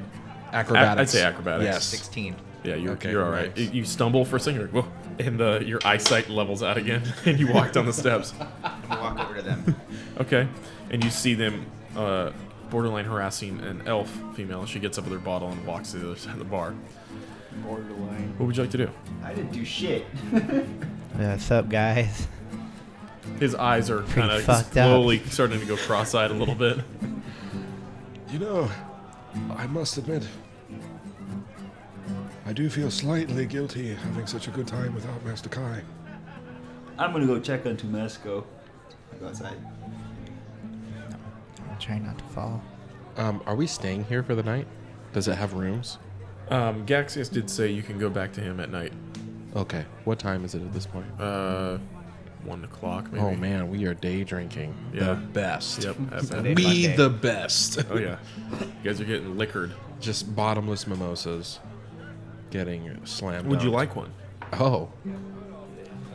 Speaker 4: Acrobatics.
Speaker 1: I'd say acrobatics.
Speaker 4: Yes.
Speaker 7: Sixteen.
Speaker 1: Yeah, you're,
Speaker 4: Okay,
Speaker 1: you're all right.
Speaker 4: nice.
Speaker 1: You stumble for a second, you're like, whoa, and uh, your eyesight levels out again, and you walk down the steps.
Speaker 7: I'm gonna walk over to them.
Speaker 1: Okay, and you see them uh, borderline harassing an elf female. She gets up with her bottle and walks to the other side of the bar.
Speaker 3: Borderline.
Speaker 1: What would you like to do?
Speaker 3: I didn't do shit.
Speaker 7: Yeah, What's up, guys?
Speaker 1: His eyes are kind of
Speaker 7: fucked up.
Speaker 1: slowly starting to go cross-eyed a little bit.
Speaker 9: You know, I must admit, I do feel slightly guilty having such a good time without Master Kai.
Speaker 3: I'm gonna go check on Tumesco. I go outside.
Speaker 7: I'm trying not to fall.
Speaker 4: Um, are we staying here for the night? Does it have rooms?
Speaker 1: Um, Gaxius did say you can go back to him at night,
Speaker 4: Okay. What time is it at this point?
Speaker 1: uh, one o'clock maybe.
Speaker 4: Oh man, we are day drinking.
Speaker 1: Yeah.
Speaker 4: The best.
Speaker 1: Yep. at
Speaker 7: So
Speaker 1: that-
Speaker 7: they-
Speaker 4: We
Speaker 7: Monday.
Speaker 4: the best.
Speaker 1: oh yeah. You guys are getting liquored.
Speaker 4: Just bottomless mimosas, getting slammed.
Speaker 1: Would you
Speaker 4: out.
Speaker 1: like one?
Speaker 4: Oh,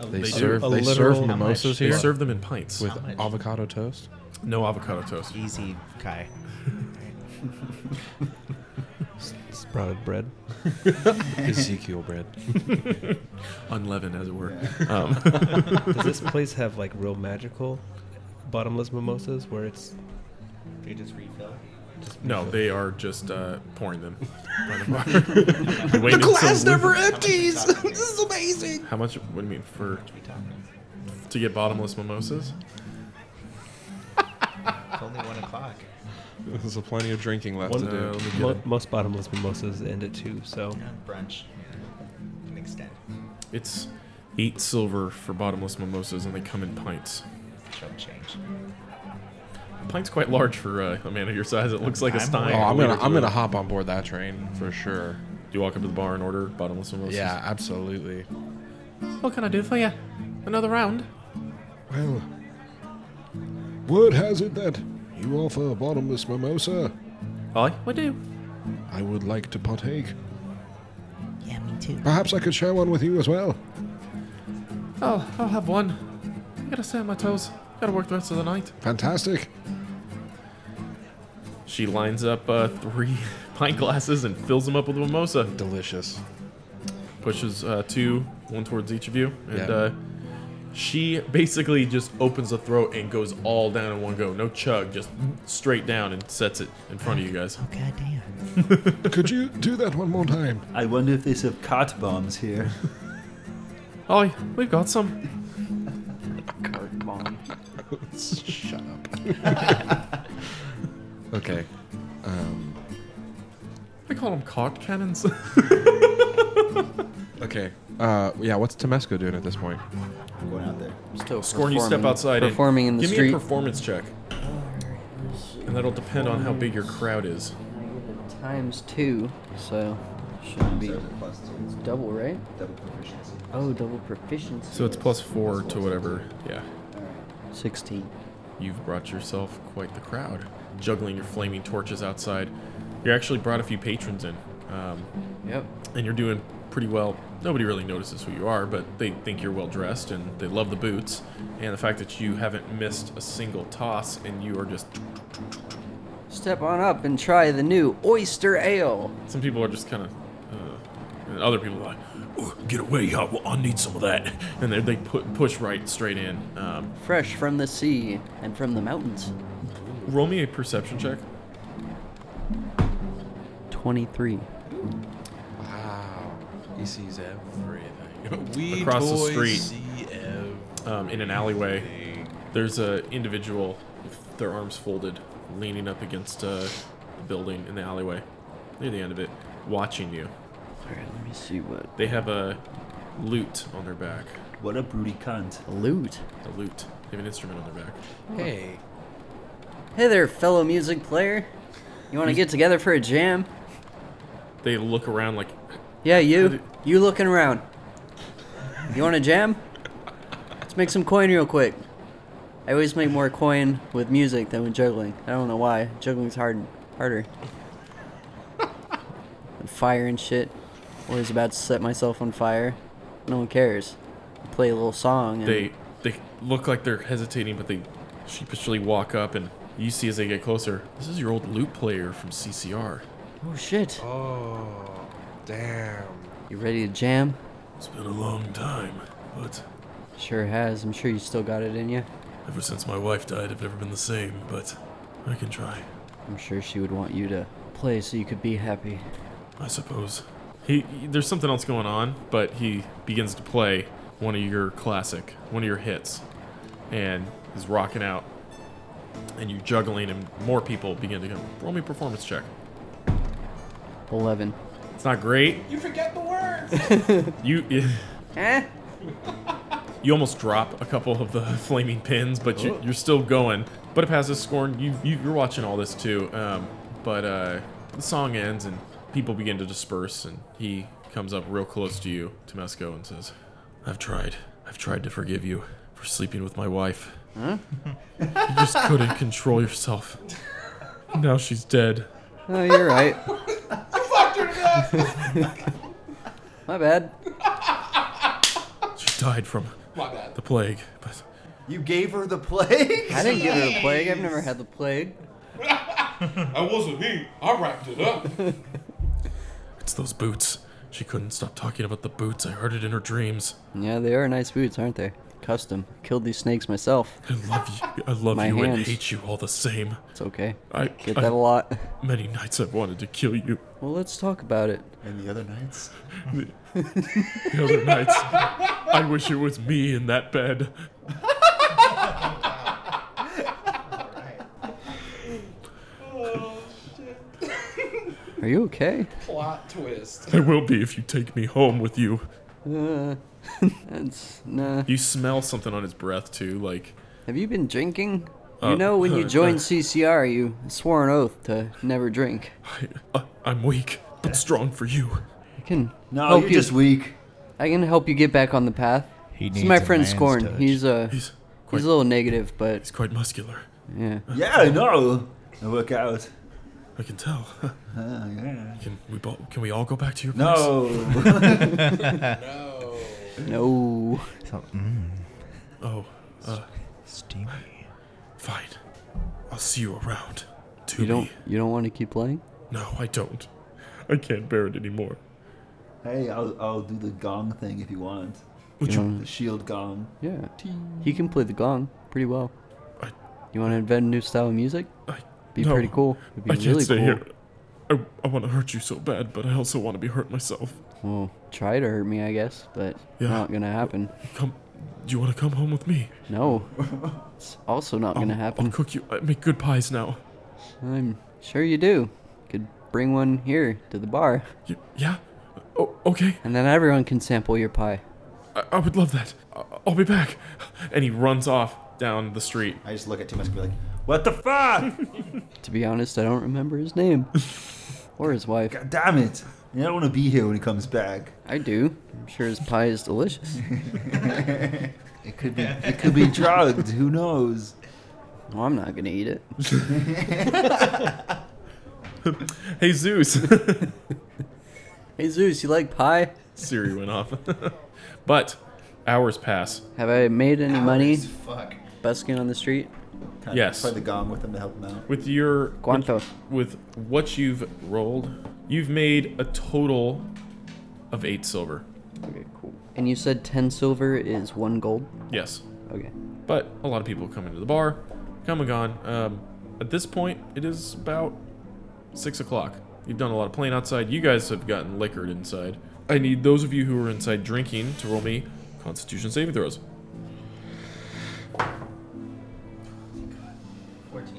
Speaker 4: they,
Speaker 1: they do
Speaker 4: serve
Speaker 6: a
Speaker 4: they
Speaker 6: literal-
Speaker 4: serve
Speaker 6: How much?
Speaker 4: mimosas
Speaker 1: They
Speaker 4: here
Speaker 1: serve them in pints
Speaker 4: with
Speaker 7: How much?
Speaker 4: avocado toast.
Speaker 1: no avocado toast.
Speaker 7: Easy, Kai.
Speaker 6: Sprouted bread.
Speaker 4: Ezekiel bread.
Speaker 1: unleavened, as it were. Um,
Speaker 6: Does this place have like real magical bottomless mimosas where it's
Speaker 7: They just refill.
Speaker 1: No, they are just uh, pouring them. by the bar. You waiting until-
Speaker 4: empties. this is amazing.
Speaker 1: How much? What do you mean for
Speaker 7: We talking?
Speaker 1: to get bottomless mimosas?
Speaker 7: It's only one o'clock.
Speaker 4: There's plenty of drinking left
Speaker 1: One,
Speaker 4: to
Speaker 1: uh,
Speaker 4: do.
Speaker 1: let me get
Speaker 6: mo-
Speaker 1: it.
Speaker 6: most bottomless mimosas end at two? So
Speaker 7: Yeah, brunch. Yeah. Can extend.
Speaker 1: It's eight silver for bottomless mimosas, and they come in pints.
Speaker 7: Show 'em change.
Speaker 1: A pint's quite large for uh, a man of your size. It looks like a
Speaker 7: I'm
Speaker 1: stein.
Speaker 4: Oh, I'm
Speaker 1: Leader
Speaker 4: gonna
Speaker 1: to
Speaker 4: I'm
Speaker 1: it.
Speaker 4: gonna hop on board that train for sure.
Speaker 1: Do you walk up to the bar and order bottomless mimosas?
Speaker 4: Yeah, absolutely.
Speaker 1: What can I do for you? Another round?
Speaker 9: Well, word has it that you offer a bottomless mimosa.
Speaker 1: Aye, we do.
Speaker 9: I would like to partake.
Speaker 7: Yeah, me too.
Speaker 9: Perhaps I could share one with you as well.
Speaker 1: Oh, I'll have one. I gotta stay on my toes. Gotta work the rest of the night.
Speaker 9: Fantastic.
Speaker 1: She lines up uh, three pint glasses and fills them up with mimosa.
Speaker 4: Delicious.
Speaker 1: pushes uh, two, one towards each of you, and
Speaker 4: Yeah.
Speaker 1: uh, she basically just opens the throat and goes all down in one go. No chug, just straight down and sets it in front of you guys.
Speaker 7: Oh goddamn.
Speaker 9: Could you do that one more time?
Speaker 3: I wonder if they serve cot bombs here.
Speaker 1: Oh, we've got some.
Speaker 5: Cart bomb.
Speaker 4: Shut up. okay. Um,
Speaker 1: They call them cart cannons.
Speaker 4: okay. Uh, yeah, what's Temesco doing at this point?
Speaker 3: I'm going out there.
Speaker 5: Still
Speaker 1: Scorn, you step
Speaker 5: performing-
Speaker 1: outside. and
Speaker 5: Performing in the
Speaker 1: give
Speaker 5: street.
Speaker 1: me a performance check, and that'll depend on how big your crowd is.
Speaker 5: times two, so should be
Speaker 3: Plus two,
Speaker 5: double, right?
Speaker 3: double proficiency.
Speaker 5: Oh, double proficiency.
Speaker 1: So it's plus four to whatever. Yeah,
Speaker 5: sixteen.
Speaker 1: You've brought yourself quite the crowd, juggling your flaming torches outside. You actually brought a few patrons in. Um,
Speaker 5: Yep.
Speaker 1: and you're doing pretty well. Nobody really notices who you are, but they think you're well dressed and they love the boots and the fact that you haven't missed a single toss and you are just.
Speaker 5: Step on up and try the new oyster ale.
Speaker 1: Some people are just kind of. Uh, and other people are like,
Speaker 8: Oh, get away, I, I need some of that.
Speaker 1: and they, they put, push right straight in. Um,
Speaker 5: Fresh from the sea and from the mountains.
Speaker 1: roll me a perception check.
Speaker 5: 23.
Speaker 4: Wow. He sees everything. We
Speaker 1: across the
Speaker 4: boys
Speaker 1: street
Speaker 4: see
Speaker 1: um, in an alleyway. There's a individual with their arms folded, leaning up against a building in the alleyway near the end of it, watching you.
Speaker 5: Alright, let me see what.
Speaker 1: They have a lute on their back.
Speaker 3: What a broody cunt.
Speaker 5: Loot.
Speaker 1: A lute. They have an instrument on their back.
Speaker 4: Hey,
Speaker 5: Hey there, fellow music player. You want to get together for a jam?
Speaker 1: They look around like,
Speaker 5: Yeah,
Speaker 1: do-
Speaker 5: you. You looking around. You want to jam? Let's make some coin real quick. I always make more coin with music than with juggling. I don't know why. Juggling's hard, harder. And fire and shit. Always about to set myself on fire. No one cares. play a little song. And
Speaker 1: they they look like they're hesitating, but they sheepishly walk up, and you see as they get closer, this is your old lute player from CCR.
Speaker 5: oh shit!
Speaker 6: Oh, damn.
Speaker 5: You ready to jam?
Speaker 8: It's been a long time, but
Speaker 5: Sure has. I'm sure you still got it in you.
Speaker 8: ever since my wife died, I've never been the same, but I can try,
Speaker 5: I'm sure she would want you to play so you could be happy.
Speaker 8: I suppose.
Speaker 1: He, he- there's something else going on, but he begins to play one of your classic, one of your hits, and is rocking out. And you juggling, and more people begin to come. Roll me a performance check.
Speaker 5: 11.
Speaker 1: It's not great. You forget the words. you,
Speaker 5: Eh?
Speaker 1: you almost drop a couple of the flaming pins, but you, you're still going. But it passes scorn. You, you you're watching all this too. Um, but uh, the song ends and people begin to disperse, and he comes up real close to you, Temesco, and says,
Speaker 8: I've tried. I've tried to forgive you for sleeping with my wife. you just couldn't control yourself. Now she's dead.
Speaker 5: Oh, you're right. I fucked her to death! My bad.
Speaker 8: She died from the plague, but
Speaker 10: You gave her the plague?
Speaker 5: I didn't give her the plague. I've never had the plague.
Speaker 2: That wasn't me. I wrapped it up.
Speaker 8: it's those boots. She couldn't stop talking about the boots. I heard it in her dreams.
Speaker 5: Yeah, they are nice boots, aren't they? Custom. Killed these snakes myself.
Speaker 8: I love you. I love
Speaker 5: My
Speaker 8: you and
Speaker 5: hands.
Speaker 8: hate you all the same.
Speaker 5: It's okay.
Speaker 8: I,
Speaker 5: Get
Speaker 8: I-
Speaker 5: that a lot.
Speaker 8: many nights I've wanted to kill you.
Speaker 5: Well, let's talk about it.
Speaker 10: And the other nights?
Speaker 8: The other nights, I wish it was me in that bed.
Speaker 10: Oh,
Speaker 5: Are you okay?
Speaker 4: plot twist.
Speaker 8: I will be if you take me home with you.
Speaker 5: Uh, that's. Nah.
Speaker 1: "You smell something on his breath too, like
Speaker 5: Have you been drinking?
Speaker 8: Uh,
Speaker 5: You know, when you
Speaker 8: uh, uh.
Speaker 5: joined CCR, you swore an oath to never drink.
Speaker 8: I, uh, I, I'm weak, but strong for you.
Speaker 5: I can
Speaker 3: No,
Speaker 5: help
Speaker 3: you're
Speaker 5: you.
Speaker 3: just weak.
Speaker 5: I can help you get back on the path.
Speaker 7: He
Speaker 5: This
Speaker 7: needs
Speaker 5: is my
Speaker 7: a
Speaker 5: friend
Speaker 7: man's
Speaker 5: Scorn.
Speaker 7: touch.
Speaker 5: He's uh, he's
Speaker 8: He's quite,
Speaker 5: a little negative, but
Speaker 8: he's quite muscular.
Speaker 5: yeah.
Speaker 3: Yeah, I know. I work out.
Speaker 8: I can tell.
Speaker 10: Oh,
Speaker 3: Uh, yeah.
Speaker 8: Can we bo- can we all go back to your place?
Speaker 3: No.
Speaker 5: No.
Speaker 7: So, mm,
Speaker 8: Oh, uh,
Speaker 7: steamy.
Speaker 8: fine. I'll see you around. To
Speaker 5: You don't
Speaker 8: me.
Speaker 5: you don't want to keep playing?
Speaker 8: No, I don't. I can't bear it anymore.
Speaker 3: hey, I'll, I'll do the gong thing if you want.
Speaker 8: Would you?
Speaker 3: The shield gong.
Speaker 5: Yeah. He can play the gong pretty well.
Speaker 8: I-
Speaker 5: You want to invent a new style of music?
Speaker 8: I,
Speaker 5: Be
Speaker 8: no,
Speaker 5: pretty cool. It'd be
Speaker 8: I can't
Speaker 5: really
Speaker 8: stay
Speaker 5: cool.
Speaker 8: here. I, I want to hurt you so bad, but I also want to be hurt myself.
Speaker 5: Well, try to hurt me, I guess, but
Speaker 8: Yeah.
Speaker 5: not gonna happen.
Speaker 8: Come. Do you want to come home with me?
Speaker 5: No. it's also not gonna
Speaker 8: I'll-
Speaker 5: happen.
Speaker 8: I'll cook you. I make good pies now.
Speaker 5: I'm sure you do. Could bring one here to the bar,
Speaker 8: Y- yeah. Oh, okay.
Speaker 5: and then everyone can sample your pie.
Speaker 8: I, I would love that. I- I'll be back.
Speaker 1: and he runs off down the street.
Speaker 10: I just look at Timus and be like,
Speaker 3: What the fuck?
Speaker 5: To be honest, I don't remember his name or his wife.
Speaker 3: God damn it. I don't want to be here when he comes back.
Speaker 5: I do. I'm sure his pie is delicious.
Speaker 3: It could be. It could be drugged. Who knows?
Speaker 5: Well, I'm not gonna eat it.
Speaker 1: Hey Zeus,
Speaker 5: Hey Zeus, you like pie?
Speaker 1: Siri went off. but hours pass.
Speaker 5: Have I made any money
Speaker 10: "Hours, Fuck.
Speaker 5: busking on the street?
Speaker 10: Kinda
Speaker 1: Yes.
Speaker 10: Play the gong with him to help him out.
Speaker 1: With your
Speaker 5: Cuánto?
Speaker 1: with what you've rolled, you've made a total of eight silver.
Speaker 5: Okay, cool. And you said 10 silver is 1 gold?
Speaker 1: Yes.
Speaker 5: Okay.
Speaker 1: But a lot of people come into the bar, come and gone. Um, at this point, it is about six o'clock. You've done a lot of playing outside. You guys have gotten liquored inside. I need those of you who are inside drinking to roll me Constitution saving throws.
Speaker 7: 14.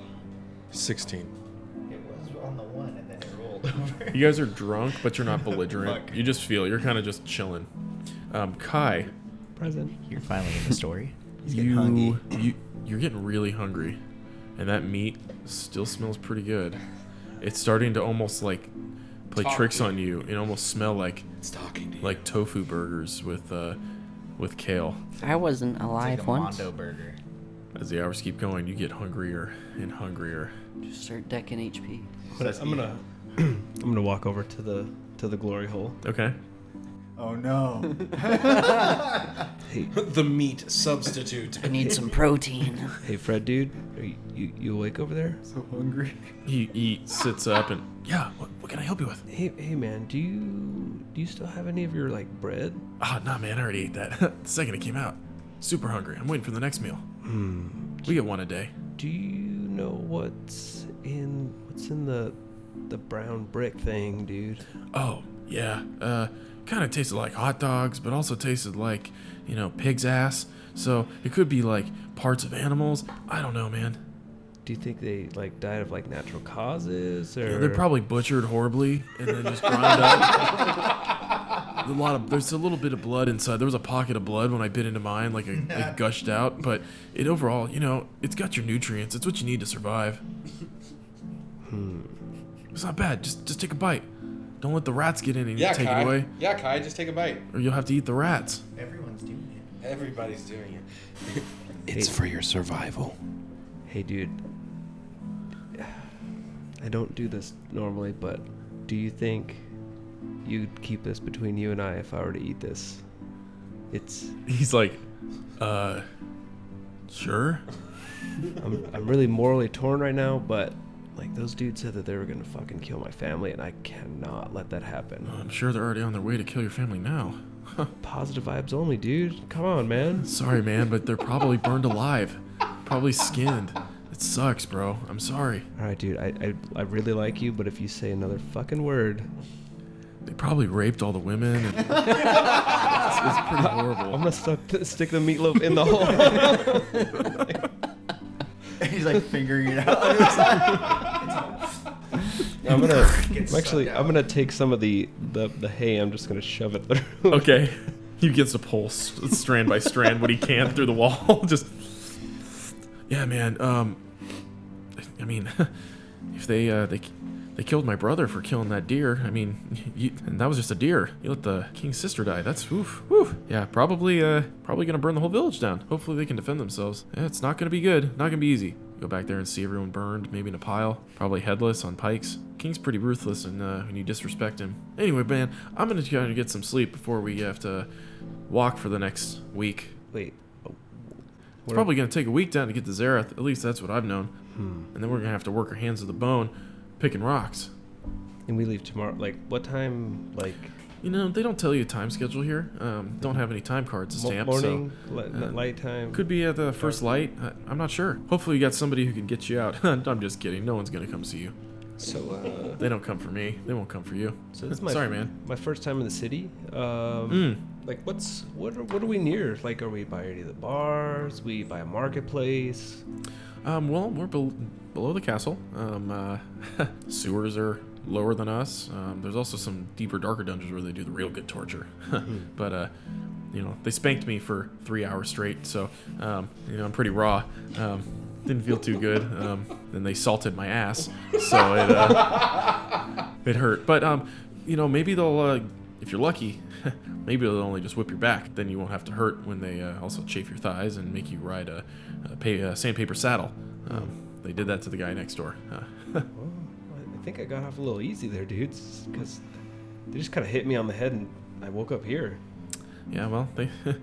Speaker 4: 16.
Speaker 7: It was on the one, and then it rolled over.
Speaker 1: You guys are drunk, but you're not belligerent. you just feel you're kind of just chilling. Um, Kai,
Speaker 6: Present.
Speaker 7: You're finally in the story.
Speaker 1: He's getting you, you you're getting really hungry, and that meat still smells pretty good. It's starting to almost like play tricks on you and almost smell like
Speaker 4: It's talking to you.
Speaker 1: like tofu burgers with uh, with kale.
Speaker 5: I wasn't
Speaker 7: Like
Speaker 5: alive
Speaker 7: a
Speaker 5: once.
Speaker 7: Mondo burger.
Speaker 1: As the hours keep going, you get hungrier and hungrier.
Speaker 5: Just start decking HP.
Speaker 6: I'm gonna. I'm gonna, I'm gonna walk over to the to the glory hole.
Speaker 1: Okay.
Speaker 10: Oh no.
Speaker 4: the meat substitute.
Speaker 5: I need some protein.
Speaker 6: Hey, Fred, dude, are you, you you awake over there?
Speaker 10: so hungry.
Speaker 1: He he sits up and yeah. What, what can I help you with?
Speaker 6: Hey, hey, man, do you do you still have any of your like bread?
Speaker 1: Ah, nah, man, I already ate that the second it came out. Super hungry. I'm waiting for the next meal. We get one a day.
Speaker 6: Do Hmm. you know what's in what's in the the brown brick thing, dude?
Speaker 1: Oh, yeah. Uh, kind of tasted like hot dogs, but also tasted like, you know, pig's ass. So it could be like parts of animals. I don't know, man.
Speaker 6: Do you think they like died of like natural causes or
Speaker 1: You know, they're probably butchered horribly and then just ground up. A lot of there's a little bit of blood inside. There was a pocket of blood when I bit into mine, like it, it gushed out. But it overall, you know, it's got your nutrients. It's what you need to survive.
Speaker 4: Hmm.
Speaker 1: It's not bad. Just just take a bite. Don't let the rats get in and
Speaker 4: Yeah,
Speaker 1: take
Speaker 4: Kai.
Speaker 1: it away,
Speaker 4: Yeah, Kai, just take a bite.
Speaker 1: or you'll have to eat the rats.
Speaker 7: Everyone's doing it.
Speaker 4: Everybody's doing it. it's for your survival.
Speaker 6: Hey, dude. I don't do this normally, but do you think you'd keep this between you and I if I were to eat this? It's
Speaker 1: He's like, uh, sure.
Speaker 6: I'm, I'm really morally torn right now, but like those dudes said that they were gonna fucking kill my family, and I cannot let that happen.
Speaker 1: I'm sure they're already on their way to kill your family now.
Speaker 6: Positive vibes only, dude. Come on, man.
Speaker 1: Sorry, man, but they're probably burned alive, probably skinned. It sucks, bro. I'm sorry.
Speaker 6: All right, dude. I, I I really like you, but if you say another fucking word,
Speaker 1: They probably raped all the women. And it's, it's pretty
Speaker 6: I'm
Speaker 1: horrible.
Speaker 6: gonna stuck stick the meatloaf in the hole.
Speaker 10: He's like fingering it out.
Speaker 6: I'm gonna I'm actually I'm gonna take some of the the, the hay. I'm just gonna shove it through.
Speaker 1: Okay, he gets to pull s- strand by strand what he can through the wall. Just yeah, man. Um, I mean, if they uh, they they killed my brother for killing that deer. I mean, you, and that was just a deer. You let the king's sister die. That's oof, oof. Yeah, probably uh, probably gonna burn the whole village down. Hopefully they can defend themselves. Yeah, it's not gonna be good. Not gonna be easy. Go back there and see everyone burned, maybe in a pile, probably headless on pikes. King's pretty ruthless, and uh, when you disrespect him. Anyway, man, I'm gonna try to get some sleep before we have to walk for the next week.
Speaker 6: Wait. Oh.
Speaker 1: It's probably going to take a week down to get to Zareth. At least that's what I've known.
Speaker 6: Hmm.
Speaker 1: And then we're going to have to work our hands to the bone picking rocks.
Speaker 6: And we leave tomorrow. Like what time? Like
Speaker 1: You know, they don't tell you a time schedule here. Um, don't have any time cards to
Speaker 6: mo-
Speaker 1: stamp,
Speaker 6: morning, li-
Speaker 1: uh,
Speaker 6: light time.
Speaker 1: so could be at the first light. I, I'm not sure. Hopefully, you got somebody who can get you out. I'm just kidding. No one's gonna come see you.
Speaker 6: so uh,
Speaker 1: They don't come for me. They won't come for you.
Speaker 6: so this is my
Speaker 1: Sorry, man.
Speaker 6: my first time in the city. Um,
Speaker 1: Mm.
Speaker 6: Like what's what are, what are we near? Like are we by any of the bars? We by a marketplace?
Speaker 1: Um, well, we're bel below the castle. Um, uh, sewers are lower than us. Um, there's also some deeper, darker dungeons where they do the real good torture. but, uh, you know, they spanked me for three hours straight, so, um, you know, I'm pretty raw. Um, didn't feel too good. Um, then they salted my ass, so it, uh, it hurt. But, um, you know, maybe they'll, uh, if you're lucky, maybe they'll only just whip your back. Then you won't have to hurt when they uh, also chafe your thighs and make you ride a, a, pay, a sandpaper saddle. Um, they did that to the guy next door. Uh,
Speaker 6: Well, I- I think I got off a little easy there, dudes, because they just kind of hit me on the head and I woke up here.
Speaker 1: yeah, well, they,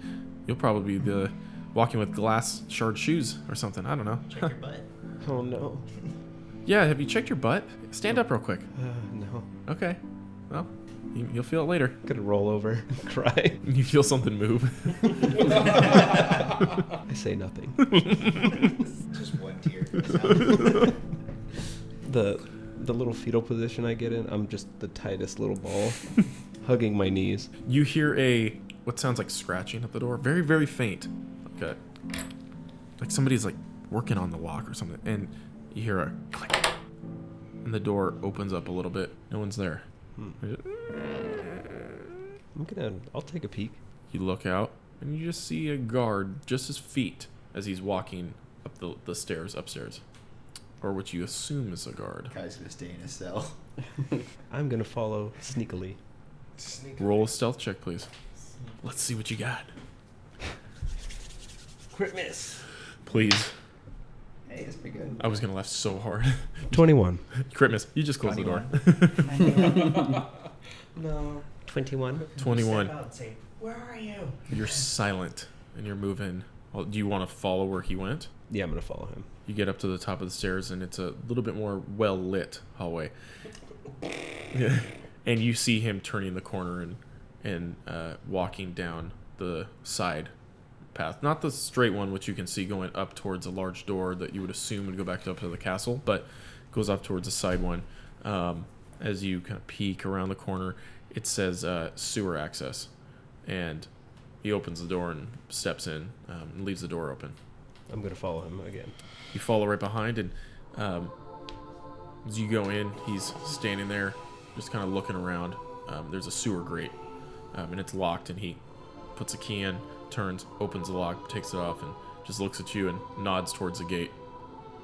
Speaker 1: you'll probably be the walking with glass shard shoes or something. I don't know.
Speaker 7: Check your butt.
Speaker 6: Oh no.
Speaker 1: yeah, have you checked your butt? Stand up real quick.
Speaker 6: Uh, no.
Speaker 1: Okay. Well, you, you'll feel it later.
Speaker 6: I'm gonna roll over and cry.
Speaker 1: You feel something move.
Speaker 6: I say nothing.
Speaker 7: Just one tear. comes out.
Speaker 6: The the little fetal position I get in, I'm just the tightest little ball. hugging my knees.
Speaker 1: You hear a what sounds like scratching at the door, very very faint. Okay, like somebody's like working on the lock or something, and you hear a click, and the door opens up a little bit. No one's there.
Speaker 6: Hmm. I'm gonna. I'll take a peek.
Speaker 1: You look out, and you just see a guard, just his feet, as he's walking up the, the stairs upstairs, or what you assume is a guard.
Speaker 3: Kai's gonna stay in his cell.
Speaker 6: I'm gonna follow sneakily.
Speaker 1: Roll a stealth check, please. Let's see what you got.
Speaker 6: Crit miss.
Speaker 1: Please.
Speaker 10: Hey, that's pretty good.
Speaker 1: I was gonna laugh so hard.
Speaker 6: Twenty-one.
Speaker 1: Christmas, you just closed the door.
Speaker 6: No. Twenty-one.
Speaker 1: Twenty-one.
Speaker 10: Where are you?
Speaker 1: You're silent and you're moving. Well, do you want to follow where he went?
Speaker 6: Yeah, I'm gonna follow him.
Speaker 1: You get up to the top of the stairs and it's a little bit more well lit hallway. Yeah. And you see him turning the corner and and uh, walking down the side path, not the straight one, which you can see going up towards a large door that you would assume would go back up to the castle, but goes up towards the side one. Um, as you kind of peek around the corner, it says uh, sewer access, and he opens the door and steps in um, and leaves the door open.
Speaker 6: I'm gonna follow him again.
Speaker 1: You follow right behind, and um, as you go in, he's standing there, just kind of looking around. Um, there's a sewer grate, um, and it's locked, and he puts a key in, turns, opens the lock, takes it off, and just looks at you and nods towards the gate.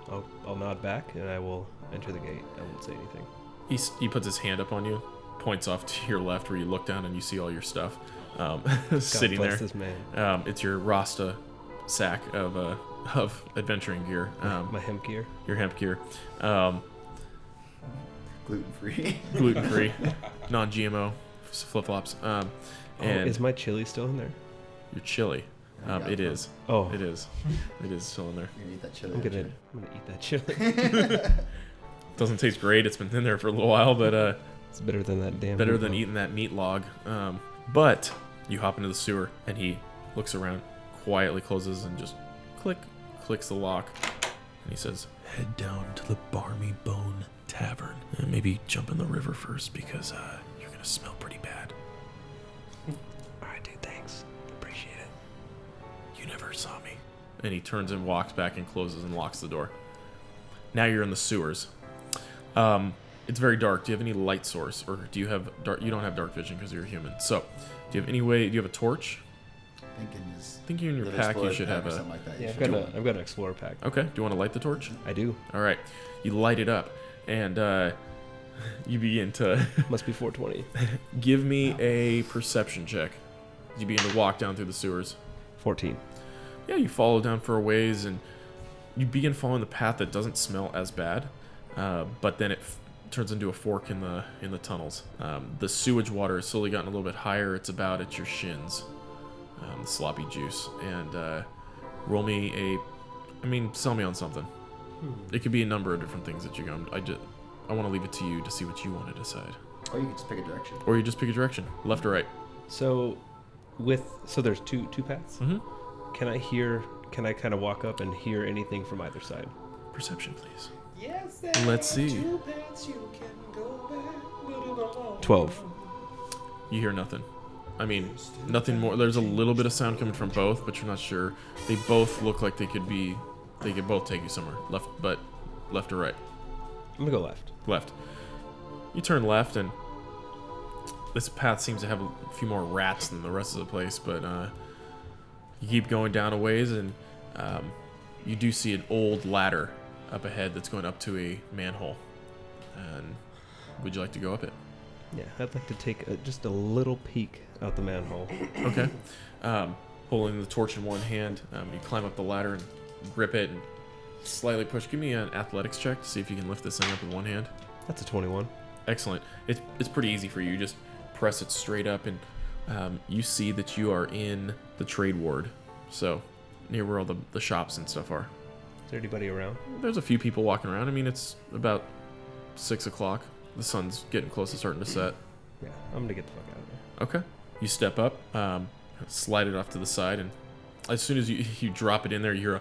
Speaker 6: I'll, I'll nod back and I will enter the gate. I won't say anything.
Speaker 1: He, s- he puts his hand up on you, points off to your left where you look down and you see all your stuff um,
Speaker 6: God
Speaker 1: sitting
Speaker 6: bless
Speaker 1: there.
Speaker 6: this man.
Speaker 1: Um, it's your Rasta sack of uh, of adventuring gear, um,
Speaker 6: My hemp gear.
Speaker 1: your hemp gear, um,
Speaker 3: Gluten free.
Speaker 1: gluten free, non GMO flip flops, um,
Speaker 6: oh,
Speaker 1: and
Speaker 6: is my chili still in there?
Speaker 1: your chili. Um,
Speaker 3: got
Speaker 1: it
Speaker 3: one.
Speaker 1: is.
Speaker 6: Oh,
Speaker 1: It is. It is still in there.
Speaker 3: You're gonna eat that chili.
Speaker 6: I'm
Speaker 3: aren't
Speaker 6: gonna,
Speaker 3: you?
Speaker 6: I'm gonna eat that chili.
Speaker 1: Doesn't taste great. It's been in there for a little while, but uh,
Speaker 6: it's better than that damn.
Speaker 1: better
Speaker 6: meatloaf.
Speaker 1: than eating that meat log. Um, but you hop into the sewer, and he looks around, quietly closes, and just click, clicks the lock, and he says,
Speaker 8: Head down to the Barmy Bone Tavern. And maybe jump in the river first because uh, you're gonna smell pretty bad.
Speaker 6: All right, dude. Thanks. Appreciate it.
Speaker 8: You never saw me.
Speaker 1: and he turns and walks back and closes and locks the door. Now you're in the sewers. Um, it's very dark. Do you have any light source, or do you have dark? You don't have dark vision because you're human. So, do you have any way? Do you have a torch?
Speaker 3: Thinking is.
Speaker 1: I think you in your
Speaker 3: Little
Speaker 1: pack you
Speaker 3: Explorer
Speaker 1: should
Speaker 3: pack
Speaker 1: have
Speaker 3: or
Speaker 1: a.
Speaker 3: something like that.
Speaker 6: Yeah,
Speaker 3: You
Speaker 6: I've
Speaker 3: should
Speaker 6: got
Speaker 3: do
Speaker 6: a,
Speaker 3: one.
Speaker 6: I've got an explorer pack.
Speaker 1: Okay. Do you want to light the torch?
Speaker 6: I do.
Speaker 1: All right. You light it up, and uh, you begin to
Speaker 6: Must be 420.
Speaker 1: give me a perception check. You begin to walk down through the sewers.
Speaker 6: 14.
Speaker 1: yeah, you follow down for a ways and you begin following the path that doesn't smell as bad, uh, but then it f- turns into a fork in the in the tunnels. Um, the sewage water has slowly gotten a little bit higher. It's about at your shins, um, the sloppy juice. And uh, roll me a, I mean, sell me on something. It could be a number of different things that you go. I just, I want to leave it to you to see what you want to decide,
Speaker 3: Or you can just pick a direction.
Speaker 1: or you just pick a direction, left or right.
Speaker 6: So, with so there's two two paths.
Speaker 1: Mhm.
Speaker 6: Can I hear? Can I kind of walk up and hear anything from either side?
Speaker 1: Perception, please.
Speaker 10: Yes,
Speaker 1: Let's see.
Speaker 6: Twelve.
Speaker 1: You hear nothing. I mean, nothing more. There's a little bit of sound coming from both, but you're not sure. They both look like they could be. They could both take you somewhere. Left, but left or right.
Speaker 6: I'm gonna go left.
Speaker 1: Left. You turn left, and this path seems to have a few more rats than the rest of the place. But uh, you keep going down a ways, and um, you do see an old ladder up ahead that's going up to a manhole. And would you like to go up it?
Speaker 6: Yeah, I'd like to take a, just a little peek out the manhole.
Speaker 1: Okay. Um, holding the torch in one hand, um, you climb up the ladder and grip it and slightly push. Give me an athletics check to see if you can lift this thing up with one hand.
Speaker 6: That's a 21.
Speaker 1: Excellent. It's, it's pretty easy for you. You just press it straight up, and um, you see that you are in the trade ward. So, near where all the, the shops and stuff are.
Speaker 6: Is there anybody around?
Speaker 1: There's a few people walking around. I mean, it's about six o'clock. The sun's getting close to starting to set.
Speaker 6: Yeah, I'm gonna get the fuck out of there.
Speaker 1: Okay. You step up, um, slide it off to the side, and as soon as you, you drop it in there, you're a.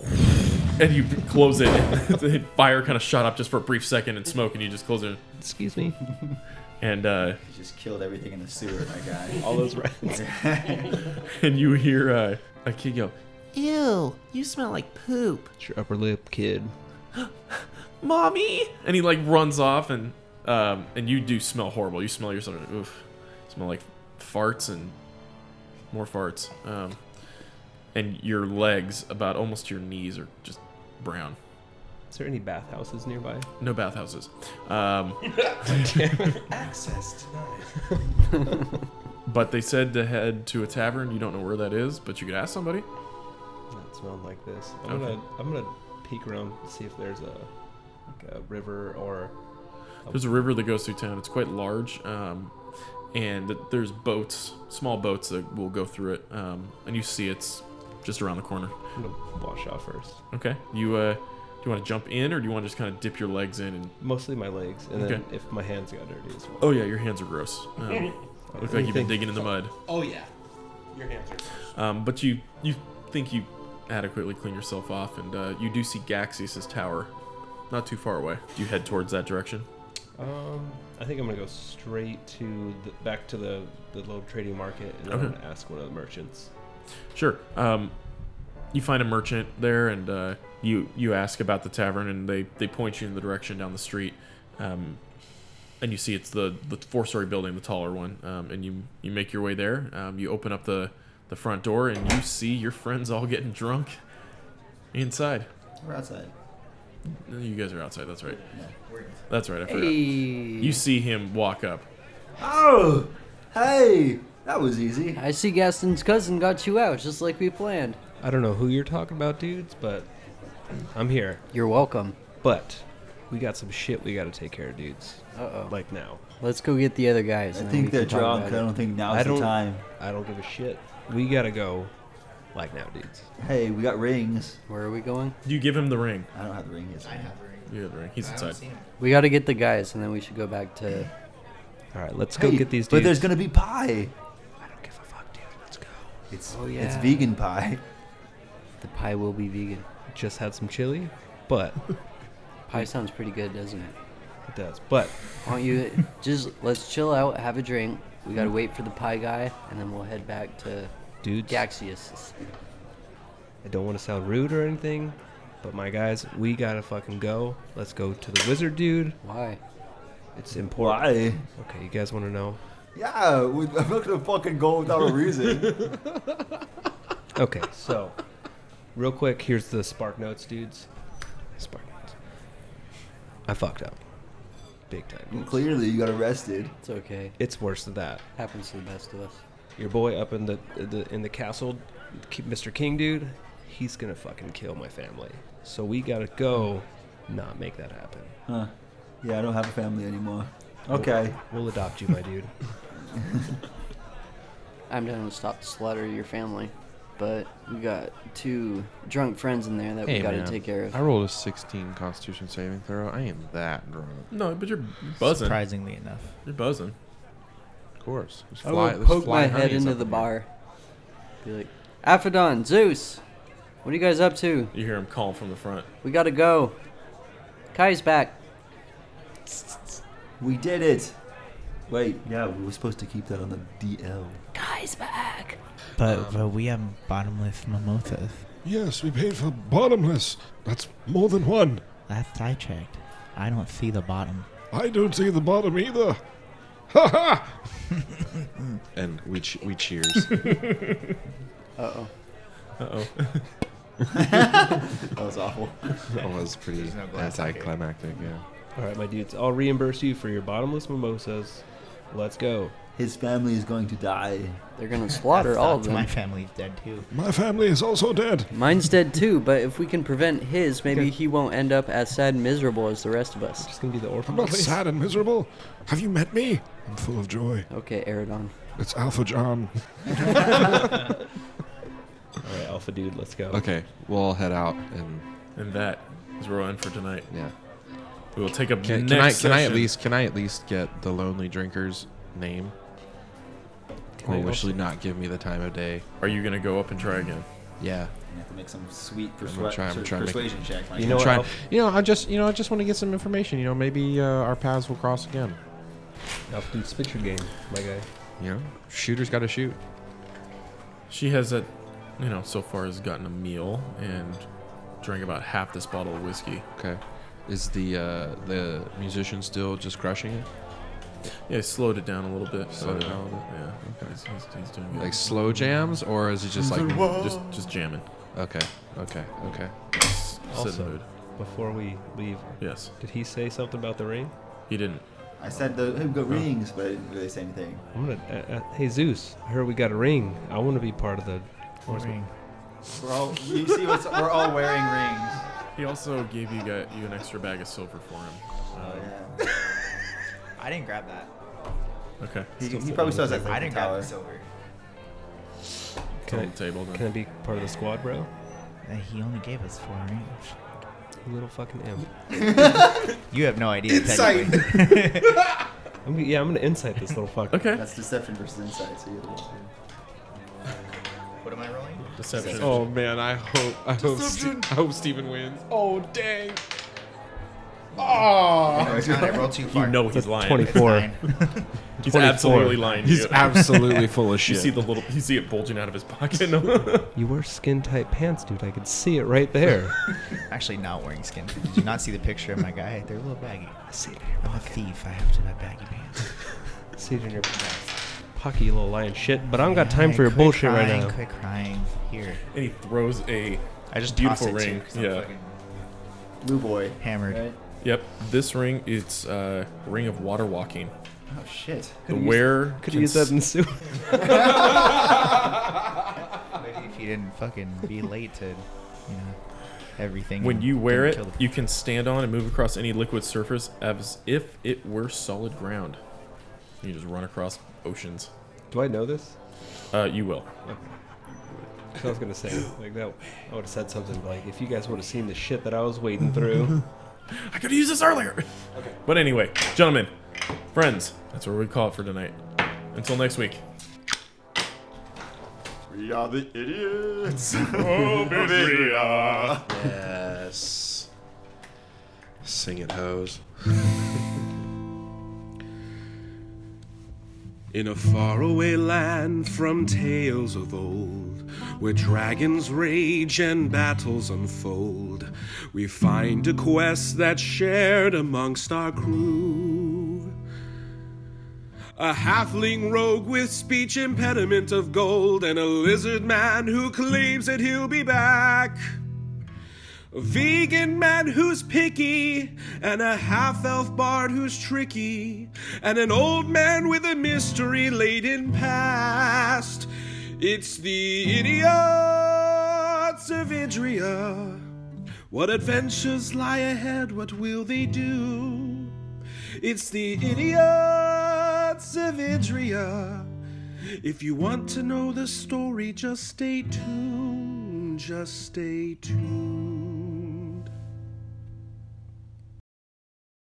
Speaker 1: And you close it. The fire kind of shot up just for a brief second and smoke, and you just close it.
Speaker 6: Excuse me.
Speaker 1: and uh,
Speaker 10: He just killed everything in the sewer, my guy.
Speaker 4: All those rats.
Speaker 1: and you hear uh, a kid go,
Speaker 7: Ew, you smell like poop.
Speaker 6: It's your upper lip, kid.
Speaker 1: "Mommy!" And he like runs off, and um, and you do smell horrible. You smell yourself. Oof, smell like farts and more farts. Um, and your legs, about almost to your knees, are just brown.
Speaker 6: Is there any bathhouses nearby?
Speaker 1: No bathhouses. Um,
Speaker 10: Access tonight.
Speaker 1: but they said to head to a tavern. You don't know where that is, but you could ask somebody.
Speaker 6: Not smelling like this. I'm gonna I'm gonna peek around and see if there's a like a river or
Speaker 1: There's a river that goes through town. It's quite large, um, and th- there's boats, small boats that will go through it. Um, and you see it's just around the corner.
Speaker 6: I'm gonna wash off first.
Speaker 1: Okay, you uh, do you want to jump in, or do you want to just kind of dip your legs in? And
Speaker 6: Mostly my legs, and then
Speaker 1: Okay.
Speaker 6: if my hands got dirty as well.
Speaker 1: oh yeah, your hands are gross. Um, look like you've been
Speaker 6: Anything-
Speaker 1: digging in the mud.
Speaker 4: oh yeah. Your hands are.
Speaker 1: Um, but you you think you adequately clean yourself off, and uh, you do see Gaxius' tower, not too far away. Do you head towards that direction?
Speaker 6: Um, I think I'm gonna go straight to the, back to the the lobe trading market, and
Speaker 1: Okay.
Speaker 6: I'm gonna ask one of the merchants.
Speaker 1: Sure. Um, you find a merchant there, and uh, you you ask about the tavern, and they, they point you in the direction down the street, um, and you see it's the the four story building, the taller one, um, and you you make your way there. Um, you open up the the front door, and you see your friends all getting drunk inside.
Speaker 10: We're outside.
Speaker 1: No, You guys are outside. That's right.
Speaker 10: No, we're inside.
Speaker 1: That's right. I forgot.
Speaker 5: Hey.
Speaker 1: You see him walk up.
Speaker 3: Oh, hey, that was easy.
Speaker 5: I see Gaston's cousin got you out just like we planned.
Speaker 6: I don't know who you're talking about, dudes, but I'm here.
Speaker 5: You're welcome.
Speaker 6: But we got some shit we gotta take care of, dudes.
Speaker 5: Uh oh.
Speaker 6: Like now.
Speaker 5: Let's go get the other guys.
Speaker 3: I
Speaker 5: and then we
Speaker 3: think
Speaker 5: can
Speaker 3: they're
Speaker 5: talk
Speaker 3: drunk. I
Speaker 5: about it.
Speaker 3: don't think
Speaker 6: I
Speaker 3: now's the
Speaker 6: don't-
Speaker 3: time.
Speaker 6: I don't give a shit. We gotta go. Like now, dudes.
Speaker 3: Hey, we got rings.
Speaker 5: Where are we going?
Speaker 1: You give him the ring.
Speaker 3: I don't have the ring yet.
Speaker 10: I have ring.
Speaker 1: You have the ring. He's
Speaker 10: I
Speaker 1: inside.
Speaker 10: haven't seen him.
Speaker 5: We got to get the guys, and then we should go back to.
Speaker 6: All right, let's go
Speaker 3: Hey,
Speaker 6: get these
Speaker 3: But
Speaker 6: dudes.
Speaker 3: there's gonna be pie.
Speaker 6: I don't give a fuck, dude. Let's go.
Speaker 3: It's
Speaker 5: Oh,
Speaker 3: it's
Speaker 5: yeah.
Speaker 3: vegan pie.
Speaker 5: The pie will be vegan.
Speaker 6: Just had some chili, but
Speaker 5: Pie sounds pretty good, doesn't it?
Speaker 6: it does. But
Speaker 5: Why don't you just let's chill out, have a drink. We gotta wait for the pie guy, and then we'll head back to
Speaker 6: dudes,
Speaker 5: Gaxius.
Speaker 6: I don't want to sound rude or anything, but my guys, we gotta fucking go. Let's go to the wizard, dude.
Speaker 5: Why?
Speaker 6: It's important.
Speaker 3: Why?
Speaker 6: Okay, you guys want to know?
Speaker 10: Yeah, we- I'm not gonna fucking go without a reason.
Speaker 6: Okay, so real quick, here's the spark notes, dudes. Spark notes. I fucked up, big time. dudes.
Speaker 3: Clearly, you got arrested.
Speaker 5: It's okay.
Speaker 6: It's worse than that.
Speaker 5: Happens to the best of us.
Speaker 6: Your boy up in the, the in the castle, K- Mr. King, dude. He's gonna fucking kill my family. So we gotta go, not make that happen.
Speaker 3: Huh? Yeah, I don't have a family anymore. Okay.
Speaker 6: We'll adopt you, my dude.
Speaker 5: I'm down to stop the slaughter of your family, but we got two drunk friends in there that we
Speaker 4: Hey,
Speaker 5: gotta
Speaker 4: man.
Speaker 5: take care of.
Speaker 4: I rolled a 16 Constitution saving throw. I am that drunk.
Speaker 1: No, but you're buzzing.
Speaker 7: Surprisingly enough.
Speaker 1: You're buzzing.
Speaker 4: Of course. There's
Speaker 5: I
Speaker 4: fly-
Speaker 5: will
Speaker 4: there's
Speaker 5: poke
Speaker 4: fly
Speaker 5: my head
Speaker 4: honeys
Speaker 5: into
Speaker 4: up
Speaker 5: the
Speaker 4: in here.
Speaker 5: bar. Be like, Aphodon, Zeus, what are you guys up to?
Speaker 1: You hear him calling from the front.
Speaker 5: We gotta go. Kai's back.
Speaker 3: We did it. Wait, yeah, we were supposed to keep that on the DL.
Speaker 5: Kai's back.
Speaker 7: But,
Speaker 10: Um,
Speaker 7: but we have bottomless mimosas.
Speaker 9: Yes, we paid for bottomless. That's more than one.
Speaker 7: Last I checked, I don't see the bottom.
Speaker 9: I don't see the bottom either. Ha ha!
Speaker 1: Mm.
Speaker 4: And we, ch- we cheers.
Speaker 5: Uh oh.
Speaker 1: Uh
Speaker 10: That was awful.
Speaker 4: that was pretty
Speaker 10: There's no glass up here.
Speaker 4: anticlimactic, yeah.
Speaker 6: All right, my dudes. I'll reimburse you for your bottomless mimosas. Let's go.
Speaker 3: His family is going to die.
Speaker 5: They're gonna slaughter all of them.
Speaker 7: My family's dead too.
Speaker 9: My family is also dead.
Speaker 5: Mine's dead too, but if we can prevent his, maybe he won't end up as sad and miserable as the rest of us.
Speaker 6: Just gonna be the orphan.
Speaker 9: I'm not
Speaker 6: place.
Speaker 9: sad and miserable. Have you met me? I'm full of joy.
Speaker 5: Okay, Aerodon.
Speaker 9: It's Alpha John.
Speaker 6: All right, alpha dude. Let's go.
Speaker 4: Okay, we'll all head out and,
Speaker 1: And that is where we'll end for tonight.
Speaker 4: yeah.
Speaker 1: We will take up
Speaker 4: Can,
Speaker 1: next
Speaker 4: can I can I at
Speaker 1: session.
Speaker 4: least can I at least get the lonely drinker's name?
Speaker 6: Can
Speaker 4: Or
Speaker 6: I
Speaker 4: will
Speaker 6: also-
Speaker 4: she not give me the time of day?
Speaker 1: Are you gonna go up and try again?
Speaker 4: Yeah.
Speaker 10: You have to make some sweet
Speaker 4: gonna
Speaker 10: persua-
Speaker 4: try- I'm
Speaker 10: sort of
Speaker 4: trying to make-
Speaker 10: persuasion check. my
Speaker 6: You
Speaker 10: dude.
Speaker 6: know what?
Speaker 4: Try,
Speaker 6: I'll-
Speaker 4: you know, I just you know I just want to get some information. You know, maybe uh, our paths will cross again.
Speaker 6: Often spit your game, my guy.
Speaker 4: You know, shooter's got to shoot.
Speaker 1: She has a, you know, so far has gotten a meal and drank about half this bottle of whiskey.
Speaker 4: Okay. Is the uh, the musician still just crushing it?
Speaker 1: Yeah, he slowed it down a little bit. Uh,
Speaker 4: Slowed it down a little bit.
Speaker 1: Yeah.
Speaker 4: Okay.
Speaker 1: He's, he's, he's doing good.
Speaker 4: Like slow jams, or is it just like
Speaker 1: just just jamming.
Speaker 4: okay, okay, okay?
Speaker 1: Set the
Speaker 6: Also-
Speaker 1: mood.
Speaker 6: Before we leave,
Speaker 1: Yes.
Speaker 6: did he say something about the ring?
Speaker 1: He didn't.
Speaker 10: I said the who got rings, but I didn't really say anything.
Speaker 6: I'm gonna. Uh, uh, hey Zeus, I heard we got a ring. I want to be part of the.
Speaker 7: Ring.
Speaker 10: We're all you see what's we're all wearing rings.
Speaker 1: He also gave you guy, you an extra bag of silver for him.
Speaker 10: Oh
Speaker 1: Um,
Speaker 10: yeah.
Speaker 7: I didn't grab that.
Speaker 1: Okay.
Speaker 10: He, he probably still has that
Speaker 7: I
Speaker 10: thing
Speaker 7: didn't grab
Speaker 10: tower.
Speaker 7: the silver.
Speaker 1: It's
Speaker 6: Can
Speaker 1: on
Speaker 6: I,
Speaker 1: the table then.
Speaker 6: can I be part of the squad, bro?
Speaker 7: Uh, He only gave us four rings.
Speaker 6: You little fucking imp.
Speaker 7: You have no idea.
Speaker 10: Insight.
Speaker 7: technically.
Speaker 6: I'm, gonna- yeah, I'm gonna incite this little fucker.
Speaker 1: Okay.
Speaker 10: That's deception versus insight. So you have to-
Speaker 7: What am I rolling?
Speaker 1: Deception.
Speaker 4: Oh man, I hope I hope Ste- I hope Steven wins. Oh dang!
Speaker 3: Oh,
Speaker 7: no, it's not. I rolled too far.
Speaker 1: You know he's lying.
Speaker 7: It's
Speaker 6: 24.
Speaker 7: nine.
Speaker 1: He's absolutely lying. to
Speaker 4: He's
Speaker 1: you.
Speaker 4: absolutely full of
Speaker 1: You
Speaker 4: shit.
Speaker 1: see the little, you see it bulging out of his pocket.
Speaker 6: You wear skin tight pants, dude. I could see it right there.
Speaker 7: Actually, not wearing skin. Did you not see the picture of my guy? They're a little baggy. I see it. I'm a thief. I have to have baggy pants.
Speaker 6: see it in your pocket, you little lying shit. But I don't got time for your
Speaker 7: Quit
Speaker 6: bullshit right
Speaker 7: crying,
Speaker 6: now.
Speaker 7: Quit crying. Here.
Speaker 1: and he throws a
Speaker 7: I just
Speaker 1: Beautiful
Speaker 7: tossed it
Speaker 1: ring,
Speaker 7: Too, 'cause I'm
Speaker 1: yeah.
Speaker 7: fucking
Speaker 10: Blue boy.
Speaker 7: Hammered.
Speaker 10: Right?
Speaker 1: Yep, this ring it's uh, ring of water walking.
Speaker 10: Oh shit.
Speaker 1: The wearer can
Speaker 6: Could you use that in the suit?
Speaker 7: Maybe if you didn't fucking be late to, you know, everything.
Speaker 1: When
Speaker 7: and
Speaker 1: you wear it,
Speaker 7: didn't kill the-
Speaker 1: you can stand on and move across any liquid surface as if it were solid ground. You just run across oceans.
Speaker 6: Do I know this?
Speaker 1: Uh, you will.
Speaker 6: I was gonna say like that. I would have said something like, if you guys would have seen the shit that I was wading through.
Speaker 1: I could have used this earlier. But anyway, gentlemen, friends, that's where we call it for tonight. Until next week.
Speaker 10: We are the idiots. oh, baby.
Speaker 4: Ee, Yes. Sing it, hoes.
Speaker 2: In a faraway land from tales of old, where dragons rage and battles unfold, we find a quest that's shared amongst our crew. A halfling rogue with speech impediment of gold, and a lizard man who claims that he'll be back. A vegan man who's picky, and a half elf bard who's tricky, and an old man with a mystery laden past. It's the idiots of Idria. What adventures lie ahead? What will they do? It's the idiots of Idria. If you want to know the story, just stay tuned. Just stay tuned.